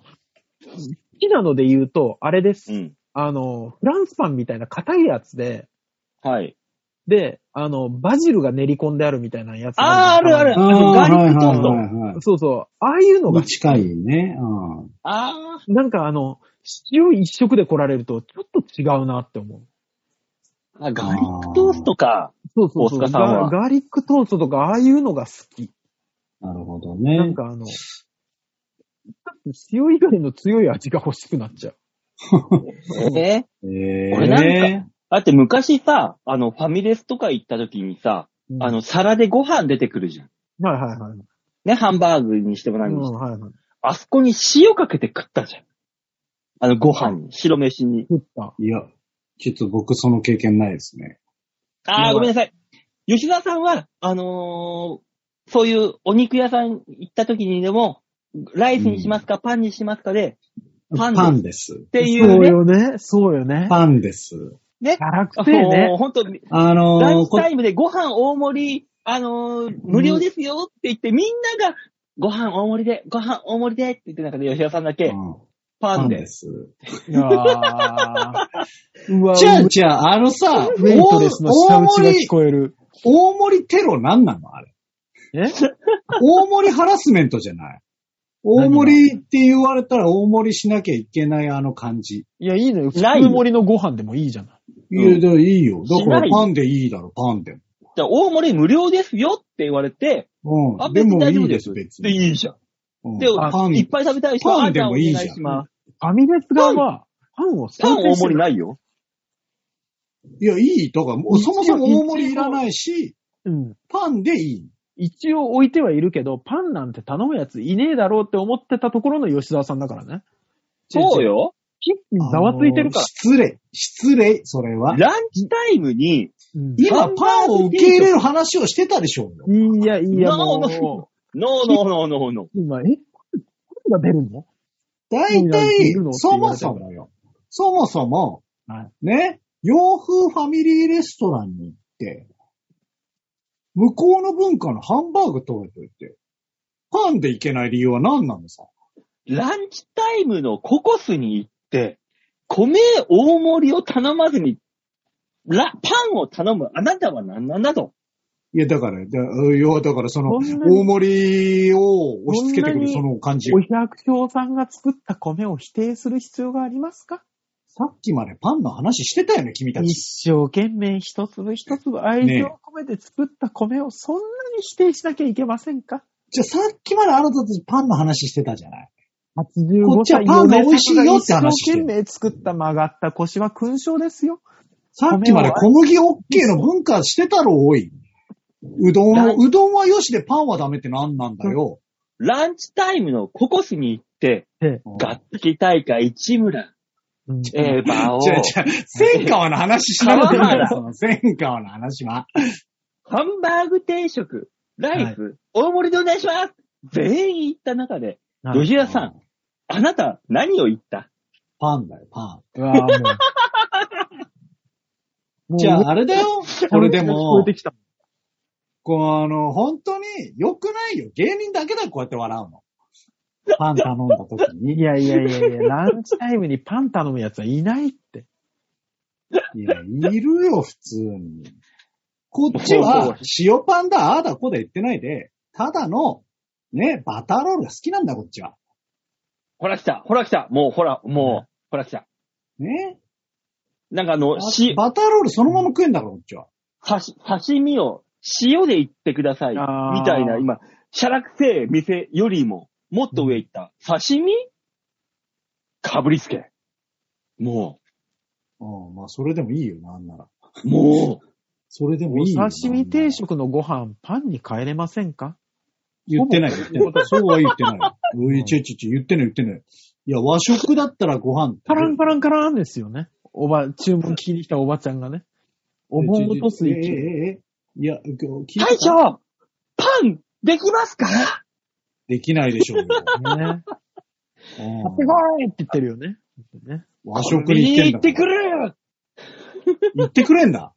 S3: 好きなので言うと、あれです。
S2: うん。
S3: あのー、フランスパンみたいな硬いやつで、
S2: はい。
S3: で、あの、バジルが練り込んであるみたいなやつが
S2: あーあるある
S4: あ
S2: のガーリックトースト
S4: はいはいはい
S3: そうそう。ああいうの
S4: は
S3: が
S4: い。、近いね。うん。
S2: あー。
S3: なんかあの、塩一色で来られると、ちょっと違うなって思う。
S2: あ、ガーリックトーストか。
S3: そうそうそう。
S2: 大塚さんは
S3: ガガーリックトーストとか、ああいうのが好き。
S4: なるほど
S3: な
S4: ね
S3: ん。かあの、ちょっと塩以外の強い味が欲しくなっちゃう。
S2: えー
S4: え
S2: 俺な
S4: え。
S2: だって昔さ、あの、ファミレスとか行った時にさ、
S3: うん
S2: あの、皿でご飯出てくるじゃん。
S3: はいはいはい。
S2: ね、ハンバーグにしても何
S3: うん
S2: にしても。
S3: はいはい。
S2: あそこに塩かけて食ったじゃん。あの、ご飯に、白飯に。
S3: 食った。
S4: いや、ちょっと僕その経験ないですね。
S2: あー、
S3: うん
S2: ごめんなさい。吉沢さんは、あのーそういうお肉屋さん行った時にでも、ライスにしますか、パンにしますかで、パンです
S4: パンです。
S2: ってい
S3: そうう
S2: ね、
S3: よね。そうよね。
S4: パンです。
S2: ね
S3: キ、ャラク
S2: あ
S3: ター
S2: の
S3: ね
S2: ー、。ほんと、
S4: あ
S2: ラ
S4: の
S2: ン
S4: ー、
S2: チ
S4: こ
S2: タイムでご飯大盛り、あのー無料ですよって言って、みんなが、ご飯大盛りで、ご飯大盛りでって言って中で吉田さんだけ、
S4: うん
S2: パ
S4: パ
S2: ン
S4: ン
S2: で。
S4: ですす。
S3: いやーうわ
S4: じゃあ、じゃあ、あのさ、
S3: ウェイトレスの下打ちが聞こえる。
S4: 大盛りテロ何なのあれ。
S3: え
S4: 大盛りハラスメントじゃない大盛りって言われたら大盛りしなきゃいけないあの感じ。
S3: いや、いいのよ。普通
S2: ない
S3: 盛りのご飯でもいいじゃない。
S4: いや、だからいいよ。だか
S2: しな
S4: ら
S2: い
S4: パンでいいだろ、パンで
S2: じゃあ大盛り無料ですよって言われて、
S4: も。う
S2: あ、
S4: ん。で
S2: 別に
S4: も
S2: 大丈
S4: い
S2: 夫
S4: い
S2: で。
S4: ですす、別
S2: で、
S4: に。
S2: いいじゃん。
S4: うん
S2: で、
S4: パン
S2: いっぱい食べたい人は、
S4: パンでもいいじゃん
S2: あたお願します
S3: ファミレス側は、パンを
S2: パン大盛り
S3: な
S2: ないよ。
S4: いや、いい。だから、もう
S3: 一応
S4: そもそも大盛りいらないし、
S3: うん。
S4: パンでいい。
S3: 一応置いてはいるけど、パンなんて頼むやついねえだろうって思ってたところの吉沢さんだからね。
S2: そうよ。
S3: キッチンざわついてるから。
S4: あのー失礼。失礼、それは。
S2: ランチタイムに、
S3: うん
S4: 今、パンを受け入れる話をしてたでしょうよ。
S3: いやいや、
S2: なお
S3: も
S2: ノーノーノーノーノー。
S3: う、今、えパンが出るの
S4: 大
S3: い
S4: 体
S3: るのって言われてる、
S4: そもそもよ。そもそも
S3: は、
S4: ね、洋風ファミリーレストランに行って、向こうの文化のハンバーグ食べといて、パンでいけない理由は何なのさ。
S2: ランチタイムのココスに行って、米大盛りを頼まずに、ラ、パンを頼むあなたは何なんだと。
S4: いや、だから、だいやだからそ
S3: そ
S4: の、
S3: んなに
S4: 大盛りを押し付けてくる
S3: そ
S4: そ
S3: んな
S4: の感じ
S3: お。百姓さんが作った米を否定する必要がありますか
S4: さっきまでパンの話してたよね、君たち。
S3: 一生懸命一粒一粒愛情を込めて作った米をそんなに否定しなきゃいけませんか
S4: じゃあさっきまであなたたちパンの話してたじゃない。
S3: 85歳
S4: こっちはパンが美味しいよって話して
S3: 一生
S4: る
S3: 懸命作った曲がった腰は勲章ですよ。
S4: さっきまで小麦 OK の文化してたろ、おい。うどん、うどんはよしでパンはダメって何なんだよ。
S2: ランチタイムのココスに行って、ガッツキ大会市村、
S3: うん
S2: えー、馬王
S4: 違、う違う。千川の話しなくていいんだよ、その千川の話は。
S2: ハンバーグ定食、ライス、大盛りでお願いします全員行った中で、
S3: はい
S2: 吉田さん、あなた何を言った
S4: パンだよ、パ
S3: うわぁ、もう。も
S4: ン。
S3: う
S4: じゃあ、あれだよ。これで
S3: 聞こ
S4: も
S3: え、てきた。
S4: こう、あの、本当に良くないよ。芸人だけだよ、こうやって笑うの。パン頼んだ時に。
S3: いやいやいやいや、ランチタイムにパン頼むやつはいないって。
S4: いや、いるよ、普通に。こっちは、塩パンだ、ああだ、こうだ言ってないで、ただの、ね、バターロールが好きなんだ、こっちは。
S2: ほら来た、ほら来た、もうほら、もう、ほら来た。
S4: ね。
S2: なんかあの、し、
S4: バターロールそのまま食えんだから、こっちは。
S2: 刺し刺身を塩でいってください。
S3: あー
S2: みたいな、今、シャラくせえ店よりも、もっと上行った。刺身かぶりつけ。も
S4: うん、まあ、それでもいいよ、なんなら。
S2: う、も、
S4: それでも
S3: お
S4: いいよ。
S3: 刺身定
S4: なんなら。
S3: 食のご飯、パンに変えれませんか
S4: 言ってない、言ってない。そうは言って ない。ういちいちいち、言ってない、言ってない。いや、和食だったらご飯。
S3: カランカランカランですよね。おば、注文聞きに来たおばちゃんがね。お盆落とす
S4: えええ
S3: 勢い。
S4: えええいや、聞いうた
S2: 大将パンできますか
S4: できない でしょうよ。
S3: ね。
S4: うん
S3: 買ってこいって言ってるよね。ね
S4: 和食に行
S2: 行
S4: っ
S2: ってて
S4: んだ
S2: く。る
S4: 行ってくれんだ。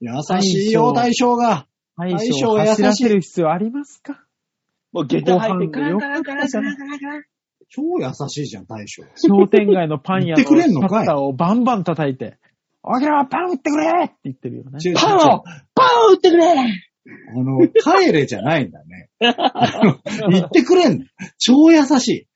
S4: 優しいよ、大
S3: 大
S4: 将が。
S3: 大
S4: 将
S3: 将
S4: を
S3: を
S4: 優し
S3: 走
S4: い
S3: らせる必要ありますか
S2: もう下駄入って、
S3: ご
S2: カラ
S3: 飯
S2: ンカランカランカランカランカラン。
S4: 超優しいじゃん、大将。
S3: 商店街のパン屋
S4: 言ってくれん
S3: の
S4: のかい
S3: パスタをバンバン叩いて、おきらパン売ってくれって言ってるよね。
S4: 違う違う違う
S2: パンをパンを売ってくれ
S4: あの、帰れじゃないんだね。あの行ってくれんの。超優しい。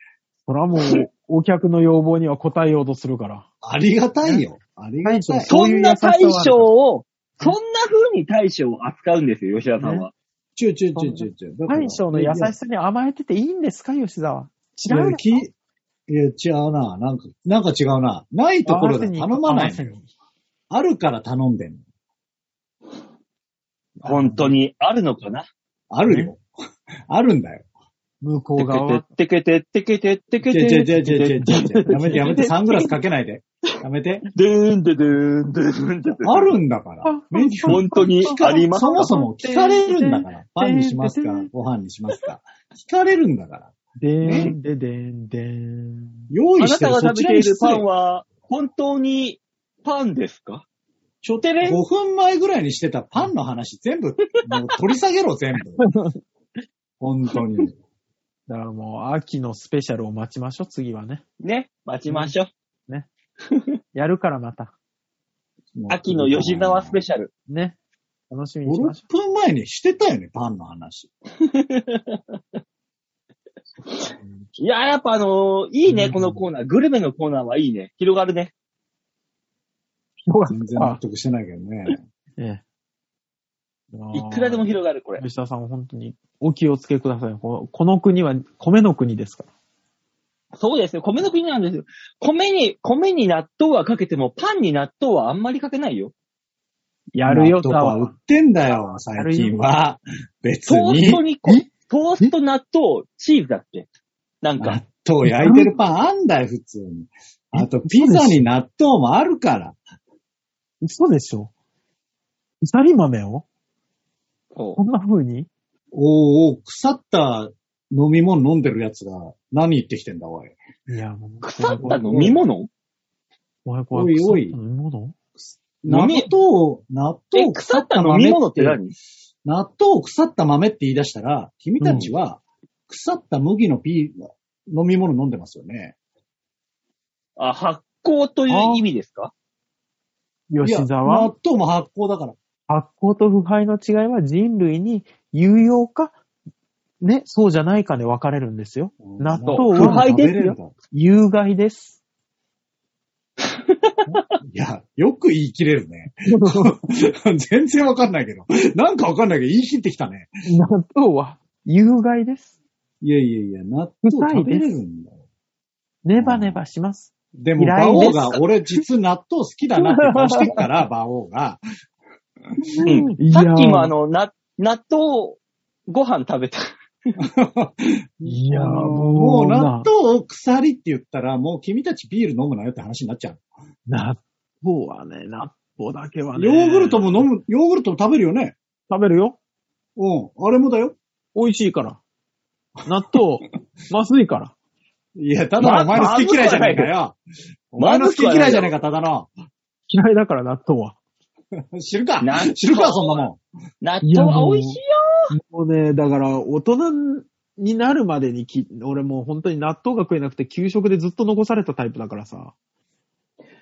S3: それはもう、お客の要望には応えようとするから。
S4: ありがたいよ。ありがたい
S3: 大。将そ
S2: そ
S3: うんいう優しさはあ
S2: な
S3: るから
S2: 大将を、そんな風に大将を扱うんですよ、吉田さんは。
S4: ちゅうちゅうちゅうちゅうちゅう。
S3: 大将の優し
S4: さ
S3: さに甘えてていいんですか、吉沢。違う
S4: 違
S3: で
S4: う。
S3: し
S4: き
S3: ょ
S4: いや、違うな。なんか、なんか違うな。ないところで頼まないのよ。あるから頼んでんの。
S2: 本当にあるのかな
S4: あるよ。あるんだよ。
S3: 向こ
S2: て
S3: う側は。
S2: けてってけてってけ
S4: ち
S2: て
S4: ょ
S2: って
S4: ち
S2: け
S4: ょち
S2: て
S4: ょちょちょちょちょ。やめてやめて、サングラスかけないで。やめて。
S2: でーんででーんでーんで
S4: あるんだから。メニュー
S2: 本当にあります
S4: そもそも聞かれるんだから。パンにしますかご飯にしますか聞かれるんだから。
S3: でーん、ででーん、でーん。
S4: 用
S2: あ
S4: 意
S2: な
S4: して
S2: た
S4: る
S2: が
S4: そ
S2: 食
S4: ち
S2: べ
S4: ら
S2: ている
S4: に失
S2: パン
S4: 礼。
S2: は、本当にパンですか
S4: ちょっと5分前ぐらいにしてたパンの話全部、もう取り下げろ全部。本当に。
S3: だからもう、秋のスペシャルを待ちましょう、次はね。
S2: ね、待ちましょう。
S3: やるからまた。
S2: 秋の吉沢スペシャル。
S3: ね。楽しみにしまし
S4: 5
S3: ょ、
S4: 分前にしてたよね、パンの話。
S2: いやー、やっぱあのーいいうね、
S3: ん
S2: このコーナー。グルメのコーナーはいいね。広がるね。
S3: う。よか
S4: 全然納
S3: あ
S4: 得してないけどね。
S3: ええ。
S2: いくらでも広がる、これ。
S3: 吉田さん、本当にお気をつけください。このこの国は米の国ですから。
S2: そうですよ。米の国なんですよ。米に、米に納豆はかけても、パンに納豆はあんまりかけないよ。
S3: やるよ、
S4: と
S3: タ
S4: か売
S3: ワ
S4: ってんだよ、最近は。別
S2: トー
S4: に
S2: ス。トにこ、トースト、納豆、チーズだっけなんか
S4: 納。豆焼いてるパンあんだよ、普通に。あと、ピザに納豆もあるから。
S3: 嘘でしょうさり豆を
S2: そう
S3: こんな風に
S4: おーおー腐った飲み物飲んでるやつが何言ってきてんだ、おい。
S3: いや、もう。
S2: 腐った飲み物
S3: 怖い怖い。
S4: おいおい
S3: 腐った飲み物
S4: 納
S2: 飲み
S4: 豆を、納豆
S2: え、
S4: を
S2: 腐った飲み物って何
S4: 納豆を腐った豆って言い出したら、君たちは腐った麦のピー、飲み物飲んでますよね。
S2: あ、発酵という意味ですか
S4: いや
S3: 吉沢
S4: 納豆も発酵だから。
S3: 発酵と腐敗の違いは人類に有用か、ね、そうじゃないかで分かれるんですよ。納豆
S2: 腐
S4: 納
S2: 敗ですよ
S4: 食
S3: 有害です。
S4: べれるんだいや、よく言い切れるね。全然わかんないけど。なんかわかんないけど、言い切ってきたね。
S3: 納豆は有害です。
S4: いやいやいや、納豆食べれるんだよ。
S3: ネバネバします。
S4: でも、
S3: 嫌
S4: 馬
S3: いです
S4: 王が、俺実納豆好きだなって顔してっから、馬王が。
S2: うん
S3: いや
S2: さ
S3: ー
S2: っきもあの、な、納豆、ご飯食べた。
S3: いやー、
S4: も
S3: も
S4: う
S3: う
S4: 納
S3: な、
S4: 豆を鎖って言ったら、もう君たちビール飲むなよって話になっちゃう。
S3: 納豆はね、納豆だけはね。
S4: ヨーグルトも飲む、ヨーグルトも食べるよね。
S3: 食べるよ。
S4: うん。あれもだよ。
S3: 美味しいから。納豆、まずいから。
S4: いや、ただのお前の好き嫌いじゃないかよ。お前の好き嫌いじゃないか、ただの。
S3: 嫌いだから納豆は。
S4: 知るか
S2: なん
S4: 知るか、そんなもん。
S2: 納
S3: いや
S2: 豆
S3: も
S2: は
S3: う
S2: 美味しいよ。
S3: もうね、だから大人になるまでにき、俺もう本当に納豆が食えなくて給食でずっと残されたタイプだからさ。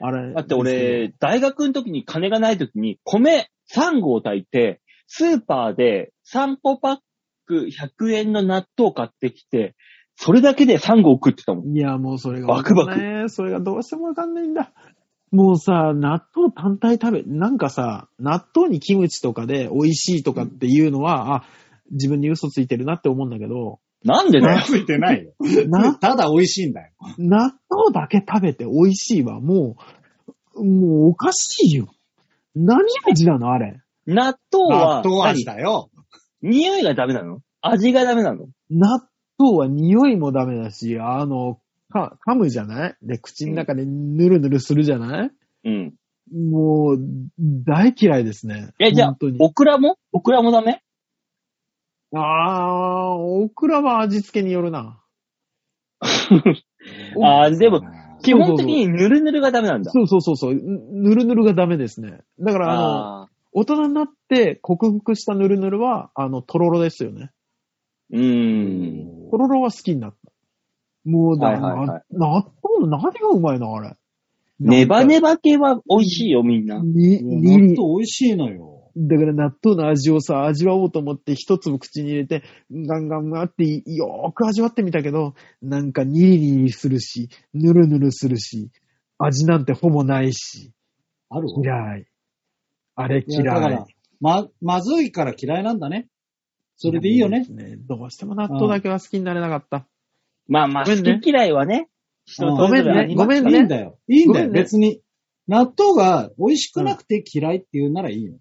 S3: あれ。
S2: だって、俺、大学の時に金がない時に、米3合炊いて、スーパーで3個パック100円の納豆買ってきて、それだけで3合食ってたもん。
S3: いや、もうそれが、
S2: バクバク
S3: ね。それがどうしてもわかんないんだ。もうさ、納豆単体食べ、なんかさ、納豆にキムチとかで美味しいとかっていうのは、あ、自分に嘘ついてるなって思うんだけど、
S2: なんでだよ。
S4: ついてないよ。
S3: な、
S4: ただ美味しいんだよ。
S3: 納豆だけ食べて美味しいはもう、もうおかしいよ。何味なのあれ。
S2: 納豆
S4: 納
S2: は、
S4: 豆味
S2: 何
S4: だよ。
S2: 匂いがダメなの味がダメなの
S3: 納豆は匂いもダメだし、あの、か、噛むじゃないで、口の中でぬるぬるするじゃない
S2: うん。
S3: もう、大嫌いですね。
S2: え、じゃあ
S3: 本当、に。
S2: オクラもオクラもダメ
S3: あー、オクラは味付けによるな。
S2: ああ、でも、基本的
S3: そう
S2: にヌルヌルがダメなんだ。
S3: そうそうそうそう。ぬぬるぬるがダメですね。だから、あの、
S2: ああ
S3: 大人になって克服したぬるぬるは、あの、とろろですよね。
S2: ー。うーん。
S3: とろろは好きになった。もうだ、
S2: はいはいはい
S3: な納豆の何がうまいのあれ。
S2: ネバ
S3: ね
S2: ネバ系は美味しいよ、みんな。
S3: に、
S4: もう
S3: に
S4: 納
S3: り。
S4: 豆美味しいのよ。
S3: だから納豆の味をさ、味わおうと思って一粒口に入れて、ガンガンガンってよーく味わってみたけど、なんかニリニリするし、ヌルヌルするし、味なんてほぼないし、
S4: あるわ
S3: 嫌い。あれ
S4: い
S3: 嫌
S4: やだから
S3: い。
S4: ま、まずいから嫌いなんだね。それでいいよね。
S3: 嫌いです。どうしても納豆だけは好きになれなかった。
S2: まあまあ、
S3: ごめんね
S2: 好き嫌いはね、人
S4: ご
S2: それ
S4: めん
S2: ぞれあり
S3: ね
S2: ま
S3: ご
S2: す
S3: めん
S4: いいん
S3: ね。
S4: だよ。いい
S3: ご
S4: んだ
S3: め
S4: よ、
S3: んね
S4: 別に。納豆が美味しくなくて嫌いっていうならいいの。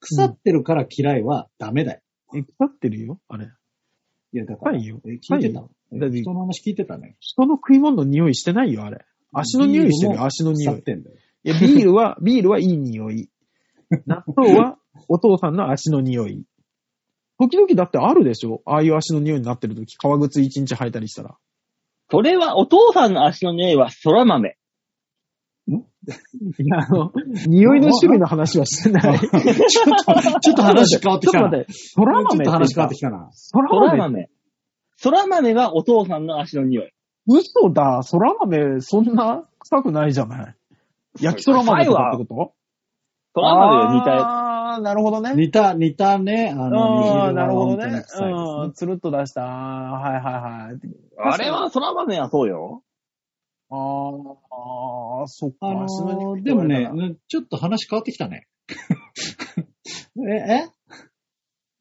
S4: 腐ってるから嫌いはダメだよ。
S3: え腐ってるよあれ。
S4: いや、だから。
S3: はいよ
S4: え聞いてた、
S3: はだって
S4: 人の話聞いてたね。
S3: 人の食い物の匂いしてないよ、あれ。足の匂いしてるよ、足の
S4: 腐
S3: 匂
S4: っ
S3: い。
S4: てんだよ。
S3: いや、ビール は、ビールはいい匂い。納豆はお父さんの足の匂い。時々だってあるでしょああいう足の匂いになってる時、革靴一日履いたりしたら。
S2: それは、お父さんの足の匂いは空豆。
S3: いや、あの、匂いの種類の話はして ない。ちょっ
S4: ちょっと 話変わって
S3: と
S4: きたな。
S3: 待って、空豆って
S4: ちょっと話変わ
S3: さ
S4: ってきたな。
S2: 空
S3: 空豆、
S2: 豆。空豆がお父さんの足の匂い。
S3: 嘘だ、空豆、そんな臭くないじゃない。焼きそら豆とかってこと
S2: 空豆が
S3: あー、なるほどね。
S4: 似た、似たね。あの、
S3: あー、なるほどね。
S4: う
S3: うん、つるっと出した。はいはいはい。
S2: 似たやつ。あれは空豆はそうよ。
S3: あーあー、そっか。
S4: あの
S3: 足の
S4: ー、
S3: 肉
S4: でも
S3: 取
S4: ね
S3: れたら、
S4: うんちょっと話変わってきたね。え、え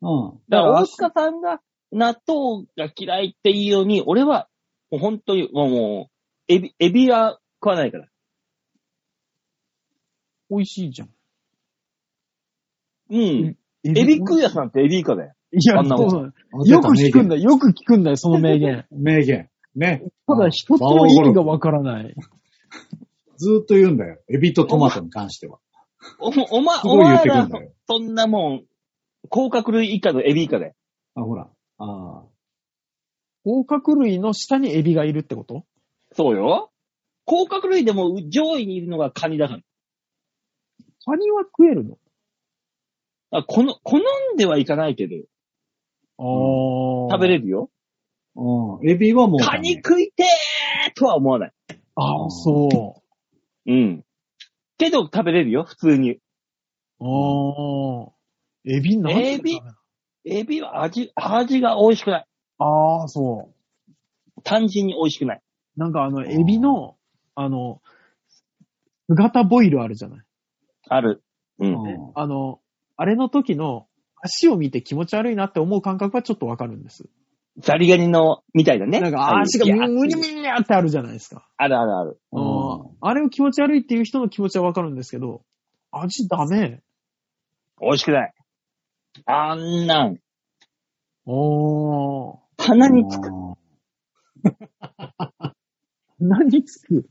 S4: うん。
S2: だから、大
S4: 足
S2: 塚さんが納豆が嫌いっていうように、俺は、もう本当に、もうもう、エビ、エビは食わないから。
S3: 美味しいじゃん。
S2: うん。
S3: エ
S2: エビ食うやつなんてエビ以下だよ。
S3: いや、
S2: あんなもん
S3: そうよく聞くんだよ。よく聞くんだよ、その名 言。
S4: 名言。ね。
S3: ただ一つも意味がわからない。
S4: ずーっと言うんだよ。エビとトマトに関しては。
S2: お、おま、
S4: す
S2: お
S4: ごい言
S2: 前
S4: ってくる
S2: ら
S4: んだよ、
S2: そんなもん、甲殻類以下のエビ以下だよ。
S4: あ、ほら。あ
S3: 甲殻類の下にエビがいるってこと
S2: そうよ。甲殻類でも上位にいるのがカニだから。
S3: カニは食えるの
S2: あこの、好んではいかないけど、
S3: あ
S2: 食べれ
S3: る。
S2: るよ。
S4: あ。うん。エビはもうダ
S2: カ
S4: メ。
S2: ニ食いてーとは思わない。
S3: ああ、そ
S2: うん。けど食べれるよ、普通に。
S3: う。ああ。エビなんで
S2: エビ
S3: ダメなの
S2: エビは味、味が美味しくない。
S3: ああ、そう。
S2: 単純に美味しくない。
S3: なんかあの、エビの、あの、姿ボイルあるじゃない。
S2: ある。う。
S4: うんん。
S3: あの、あれの時の足を見て気持ち悪いなって思う感覚はちょっとわかるんです。
S2: ザリガニの、みたいだね。
S3: なんか足が
S2: いや
S3: ムニムニムニってあるじゃないですか。
S2: あるあるある。
S3: うんあれを気持ち悪いっていう人の気持ちはわかるんですけど、味ダメ。
S2: 美味しくない。あんなん、
S3: おー。
S2: 鼻につく。
S3: 何つく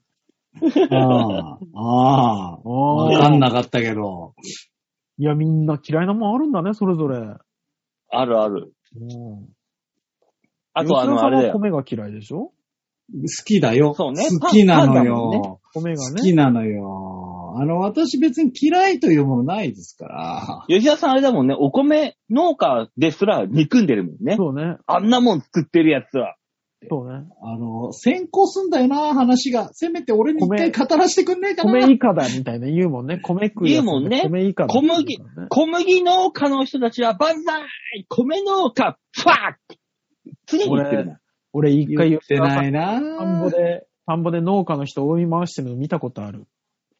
S4: あーあー。
S3: あ
S4: わ
S3: ー
S4: かんなかったけど。
S3: いや、みんな嫌いなもんあるんだね、それぞれ。
S2: あるある。あとあ
S3: 吉田
S2: の、
S3: さ
S2: あ
S3: ん
S2: れだ
S3: は
S2: よ。
S3: 米が嫌いでしょ
S4: 好きだよ。
S2: そうね
S4: 好きなの
S2: パンパンだもん
S4: よ。
S3: 米が
S4: 好
S3: ね。
S4: きなのよ。あの、私別に嫌いというものないですから。
S2: 吉田さんあれだもんね、お米農家ですら憎んでるもんね。
S3: そうね。
S2: あんなもん作ってるやつは。
S3: そうね。
S4: あの、先行すんだよな、話が。せめて俺に一回語らせてくんないかな。
S3: 米以下だみたいな言うもんね。米食う
S2: 言
S3: やつって
S2: うもんね
S3: 米以下だ。
S2: 小麦。小麦農家の人たちは万歳米農家ファック常に言ってるな。
S3: 俺一回言
S4: 言
S3: っ
S4: っ
S3: て
S4: てな
S3: ないい。
S4: な。
S3: 田んぼで、田んぼで農家の人追い回してるの見たことある。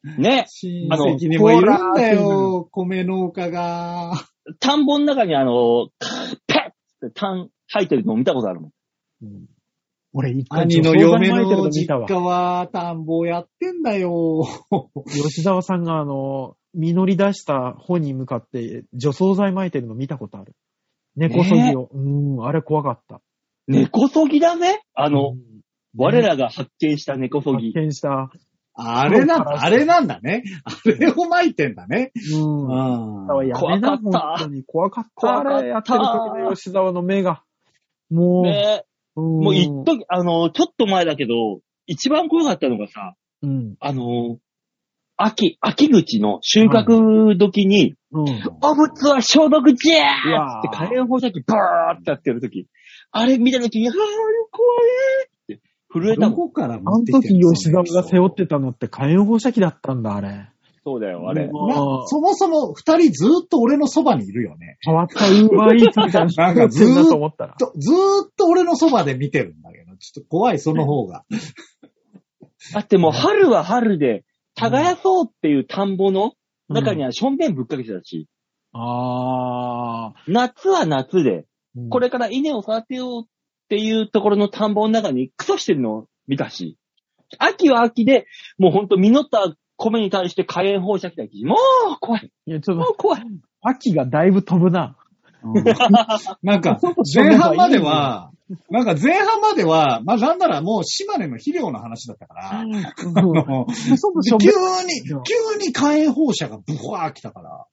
S2: ね。
S4: 親戚にもいるんだ
S3: あの
S4: よ、米農家が。
S2: 田んぼの中にあの、ペッって炭吐いてるのを見たことあるもん。
S3: うん俺一回
S4: 兄の嫁
S3: 除草剤撒いてる
S4: の
S3: 見た
S4: 実
S3: わ
S4: 家は田んぼやってんだよ。
S3: 吉沢さんがあの、実り出した方に向かって除草剤撒いてるの見たことある。根こそぎを。うん、あれ怖かった。
S2: 根こそぎだぜあの、
S3: うん、
S2: 我らが発見した根こそ
S3: 発
S2: ぎ。
S3: 見した。
S4: あれなんだ、あれなんだね。あれを撒いてんだね。
S3: うん。
S4: うん。
S3: やめな
S2: 怖かった
S3: 本当に怖かった。
S2: 怖かった
S3: あれやってる時の吉沢の目が。もう、
S2: ね
S3: うん
S2: もう一時、あの、ちょっと前だけど、一番怖かったのがさ、
S3: うん。
S2: あの、秋、秋口の収穫時に、
S3: うん。
S2: お物は消毒じゃ
S3: う
S2: ー
S3: わ
S2: っ
S3: ー
S2: て火炎放射器バーってやってる時、あれ見た時に、あー、怖いって震えた
S4: ど
S2: もん。
S4: こから
S3: あの
S4: 持ってきて
S3: 時
S4: ん
S3: 吉沢が背負っ
S4: る
S3: てたのって火炎放射器だったんだ、あれ。
S2: そうだよ、あ
S4: あ
S2: れ
S4: れ。。
S3: もう
S4: なそもそも二人ずーっと俺のそばにいるよね。
S3: 変わったウーバーイーツみたいな人
S4: なんかずーっと
S3: だと思ったら。
S4: とずーっと俺のそばで見てるんだけど、ちょっと怖い、その方が。
S2: だってもう春は春で、耕そうっていう田んぼの中にはしょんべんぶっかけてたし、
S3: ああ、
S2: 夏は夏で、
S3: うん
S2: これから稲を育てようっていうところの田んぼの中にクソしてるのを見たし、秋は秋で、もうほんと実った米に対して火炎放射器だし、もう怖い、
S3: いや、ちょっ
S2: も
S3: と、
S2: う怖い。
S3: 秋がだいぶ飛ぶな。
S4: なんか、前半までは、なんか前半までは、まあなんならもう島根の肥料の話だったから、あ
S3: うん
S4: の
S3: そも
S4: で
S3: そも
S4: 急に、急に火炎放射がブワー来たから、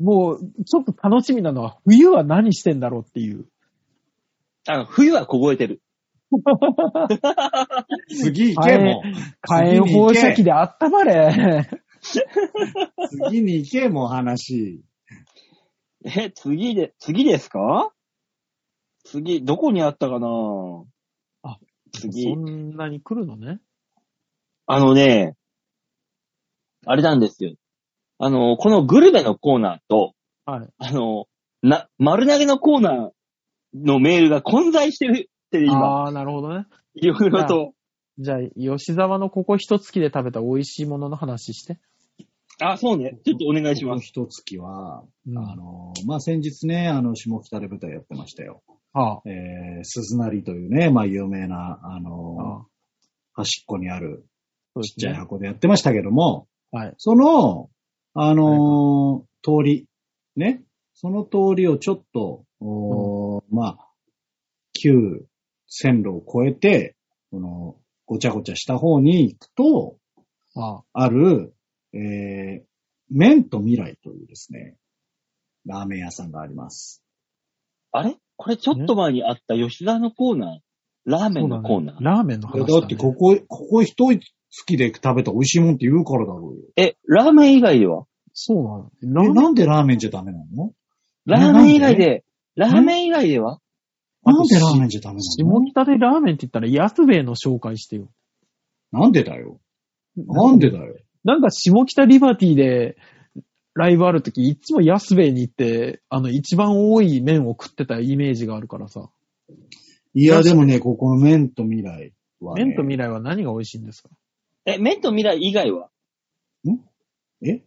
S3: もう、ちょっと楽しみなのは、冬は何してんだろうっていう。
S2: あの、冬は凍えてる。
S4: 次行けも
S3: 火炎放射器で温まれ。
S4: う、次に行けもう話。
S2: え、次で、次ですか次、どこにあったかな
S3: あ、
S2: 次
S3: そ。んなに来るのね。
S2: あのね、あれなんですよ。あの、このグルメのコーナーと、
S3: はい。
S2: あの、な、丸投げのコーナーのメールが混在してるって今、
S3: ああー、なるほどね。
S2: いろいろと。
S3: じゃあ、吉沢のここ一月で食べた美味しいものの話して。
S2: あ、そうね。ちょっとお願いし
S4: こ
S2: ま
S4: の
S2: す。
S4: 一月は、
S3: うん
S4: あの、まあ先日ね、あの、下北で舞台やってましたよ。
S3: は
S4: えー、鈴なりというね、まあ有名な、あ
S3: あ。
S4: の、
S3: ああ
S4: 端っこにある
S3: そうで
S4: ちっ
S3: す
S4: ちゃい
S3: ね。
S4: 箱でやってましたけども、
S3: はい。
S4: その、あのー通り、ね、その通りをちょっと、おーまあ、旧線路を越えて、この、ごちゃごちゃした方に行くと、
S3: ああ。
S4: ある、えー、麺と未来というですね、ラーメン屋さんがあります。
S2: あれこれちょっと前にあった吉田のコーナー、ラーメンのコーナー。
S3: そうだねラーメンの
S4: これ
S3: 話、
S4: だってここ、ここ一月で食べた美味しいもんって言うからだろうよ。
S2: え、ラーメン以外では
S3: そうなの。
S4: え、
S3: ラーメン
S4: なんでラーメンじゃダメなの
S2: ラーメン以外で、ラーメン以外では
S4: なんでラーメンじゃダメなの
S3: 下北でラーメンって言ったら安兵衛の紹介してよ。
S4: なんでだよ。なんでだよ。
S3: なんか下北リバティでライブあるとき、いつも安兵衛に行って、あの、一番多い麺を食ってたイメージがあるからさ。
S4: いや、でもね、ここの麺と未来は、ね。
S3: 麺と未来は何が美味しいんですか
S2: え、麺と未来以外は
S4: えん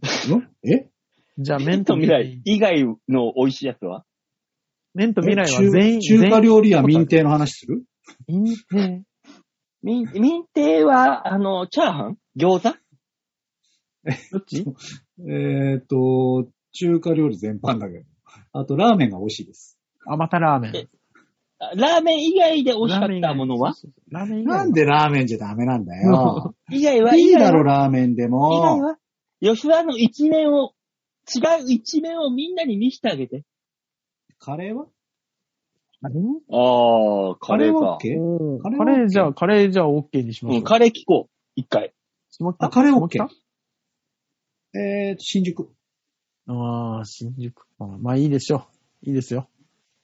S4: え
S3: じゃあ
S2: 麺
S3: 麺
S2: と
S3: と
S2: 未
S3: 未
S2: 来
S3: 来。
S2: 以外の美味しいやつは
S3: 麺と未来は全
S4: 中
S3: 員、
S4: 中華
S3: 料
S4: 料理屋民定の話する
S3: 理。
S2: 民、民定は、あの、チャーハン餃子
S3: どっち
S4: えっ、と、中華料理全般だけど。あと、ラーメンが美味しいです。
S3: あ、またラーメン
S2: え。あラーメン以外で美味しかったものは
S3: ラーメン以外
S4: なんでラーメンじゃダメなんだ よ。
S2: 以外は、
S4: いいだろ、
S2: 以
S4: ラーメンで
S2: 外
S4: も。
S2: は、吉田の一面を、違う一面をみんなに見せてあげて。
S4: カレーは
S3: あれね
S2: ああ、カレー
S4: は
S2: か。
S4: OK?
S3: おー
S4: カレー
S3: カレーじゃあ、カレーじゃあ OK にしまし
S2: う
S3: ょ
S2: ん、
S3: う。
S2: カレー聞こう。一回。
S3: 下北
S4: あ、カレー
S3: 下
S4: OK
S3: 北。
S4: えーと、新宿。
S3: ああ、新宿か。まあいいでしょう。いいですよ。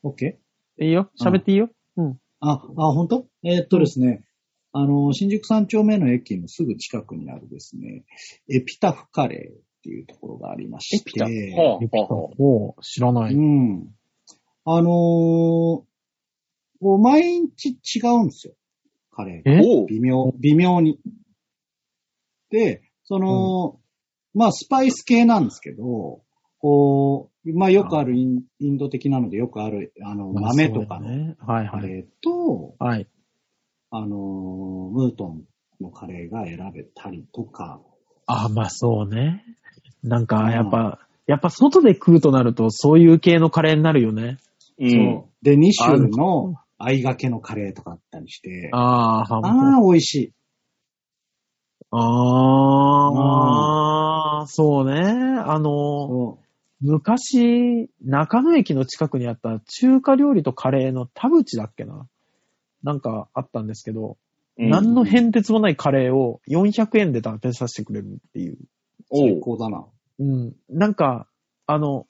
S4: OK?
S3: いいよ。喋っていいよ。うん。
S4: あ、あ、本当？えーっとですね、あの、新宿三丁目の駅のすぐ近くにあるですね、エピタフカレーっていうところがありまして。
S2: エピタ。は
S3: エピ
S2: あ、
S3: タ
S2: は
S3: おう知らな
S4: う
S3: い。
S4: ん。あのーこう毎日違うんですよ。カレーが。
S2: あ、
S3: え
S2: おう。
S4: 微妙、微妙に。で、その、まあ、スパイス系なんですけど、こう、まあ、よくあるインインド的なのでよくある、あの、
S3: まあ
S4: 豆とか
S3: そう
S4: の
S3: だね。はい
S4: カ
S3: はい。
S4: レーと、
S3: はい。
S4: あのー、ムートンのカレーが選べたりとか、
S3: あ、まあそうね。なん
S4: う
S3: か、
S4: ん
S3: やっぱ、やっぱ外で食うとなると、そういう系のカレーになるよね。
S2: う
S4: そ
S2: ん。
S4: うで、2
S3: あ
S4: 種
S3: る
S4: の合いがけのカレーとかあったりして、あ
S3: ああ、ハム。
S4: あー、美味しい。
S3: あーあー、そうね。あの、
S4: そう
S3: 昔、中野駅の近くにあった中華料理とカレーの田淵だっけな。なんかあったんですけど、
S2: うん
S3: 何の変哲もないカレーを400円で食べさせてくれるっていう。
S2: お
S4: 最
S2: う。
S4: 高だな。
S3: うん。なんか、あの、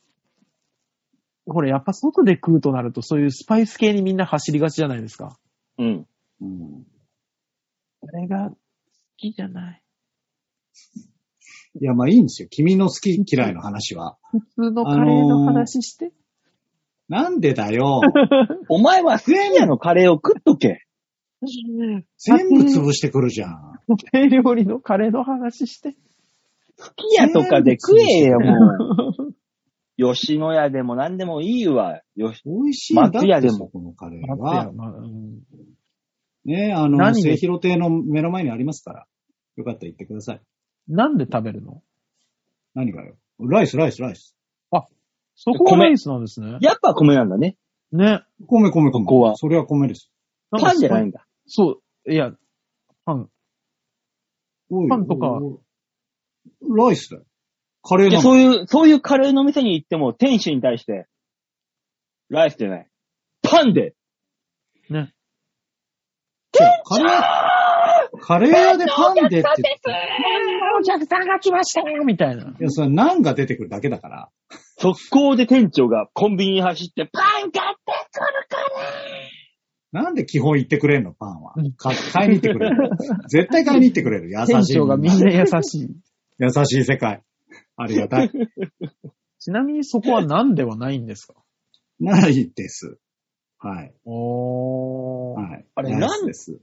S3: これやっぱ外で食うとなるとそういうスパイス系にみんな走りがちじゃないですか。
S2: うん。
S4: うん。
S3: これが好きじゃない。
S4: いや、まあいいんですよ。君の好き嫌いの話は。
S3: 普通のカレーの話 して。
S4: なんでだ よ。
S2: お前は好きなのカレーを食っとけ。
S4: 全部潰してくるじゃん。
S3: 家庭料理のカレーの話して。
S2: 好きやとかで食えよ、も う。吉野家でも何でもいいわ。よし。
S4: 美味しいんだって
S2: 松屋でも
S4: そこのカレ
S3: あ
S4: ー
S3: ったよ
S4: は。
S3: まあうん
S4: ねあの、
S3: 何で
S4: 末広亭の目の前にありますから。よかったら行ってください。
S3: なんで食べるの
S4: 何がよ。ライス、ライス、ライス。
S3: そこがライスなんですね。
S2: やっぱ米なんだね。
S3: ね。
S4: 米、米、米。
S2: ここは
S4: それは米です。
S3: なんか
S2: パンじゃないんだ。
S3: そう。いや、パン。
S4: おい
S3: パンとか
S4: おいおいライスだよ。カレー
S2: で
S4: な
S2: そ
S4: の。
S2: ういう、そういうカレーの店に行っても、店主に対して、ライスじゃない。パンで
S3: ね。
S4: カレー、カレー屋でパンでって言って。
S3: お客さんが来ましたよみたいな。
S4: いや、それは何が出てくるだけだから。
S2: 速攻で店長がコンビニに走って、パン買ってくるから
S4: なんで基本言ってくれんの、パンは
S3: うん。
S4: か買いに行ってくれる。絶対買いに行ってくれる。優しい。
S3: 店長がみんな優しい。
S4: 優しい世界。ありがたい。
S3: ちなみにそこは何ではないんですか
S4: ないです。はい。
S3: おー。
S4: はい。
S2: あれ
S4: ない
S2: なん
S4: です。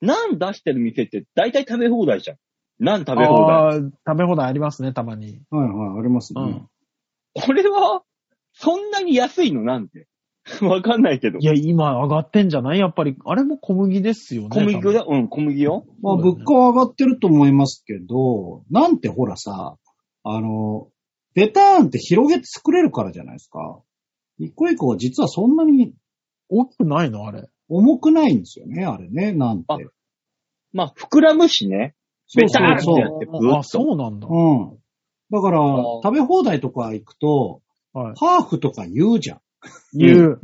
S2: ナン出してる店って大体食べ放題じゃん。ナン食べ放題。
S3: あー食べ放題ありますね、たまに。
S4: はいはい、ありますね。
S3: うん
S2: これは、そんなに安いのなんて。 わかんないけど
S3: い。や、今上がってんじゃないやっぱり、あれも小麦ですよね。
S2: 小麦粉だ、うん、小麦よ。
S4: まあ、
S3: そうだね
S4: 物価は上がってると思いますけど、なんてほらさ、あの、ベターンって広げて作れるからじゃないですか。一個一個は実はそんなに
S3: 大きくないのあれ。
S4: 重くないんですよね、あれね、なんて。
S2: あまあ、膨らむしね。
S4: そう
S2: ベターンって
S4: そう
S2: や
S4: そ
S2: って
S3: あ
S2: ぐっと
S3: あ、そうなんだ。
S4: う。うん。だから
S2: あ、
S4: 食べ放題とか行くと、
S3: はい。
S4: ハーフとか言うじゃん。
S3: 言う。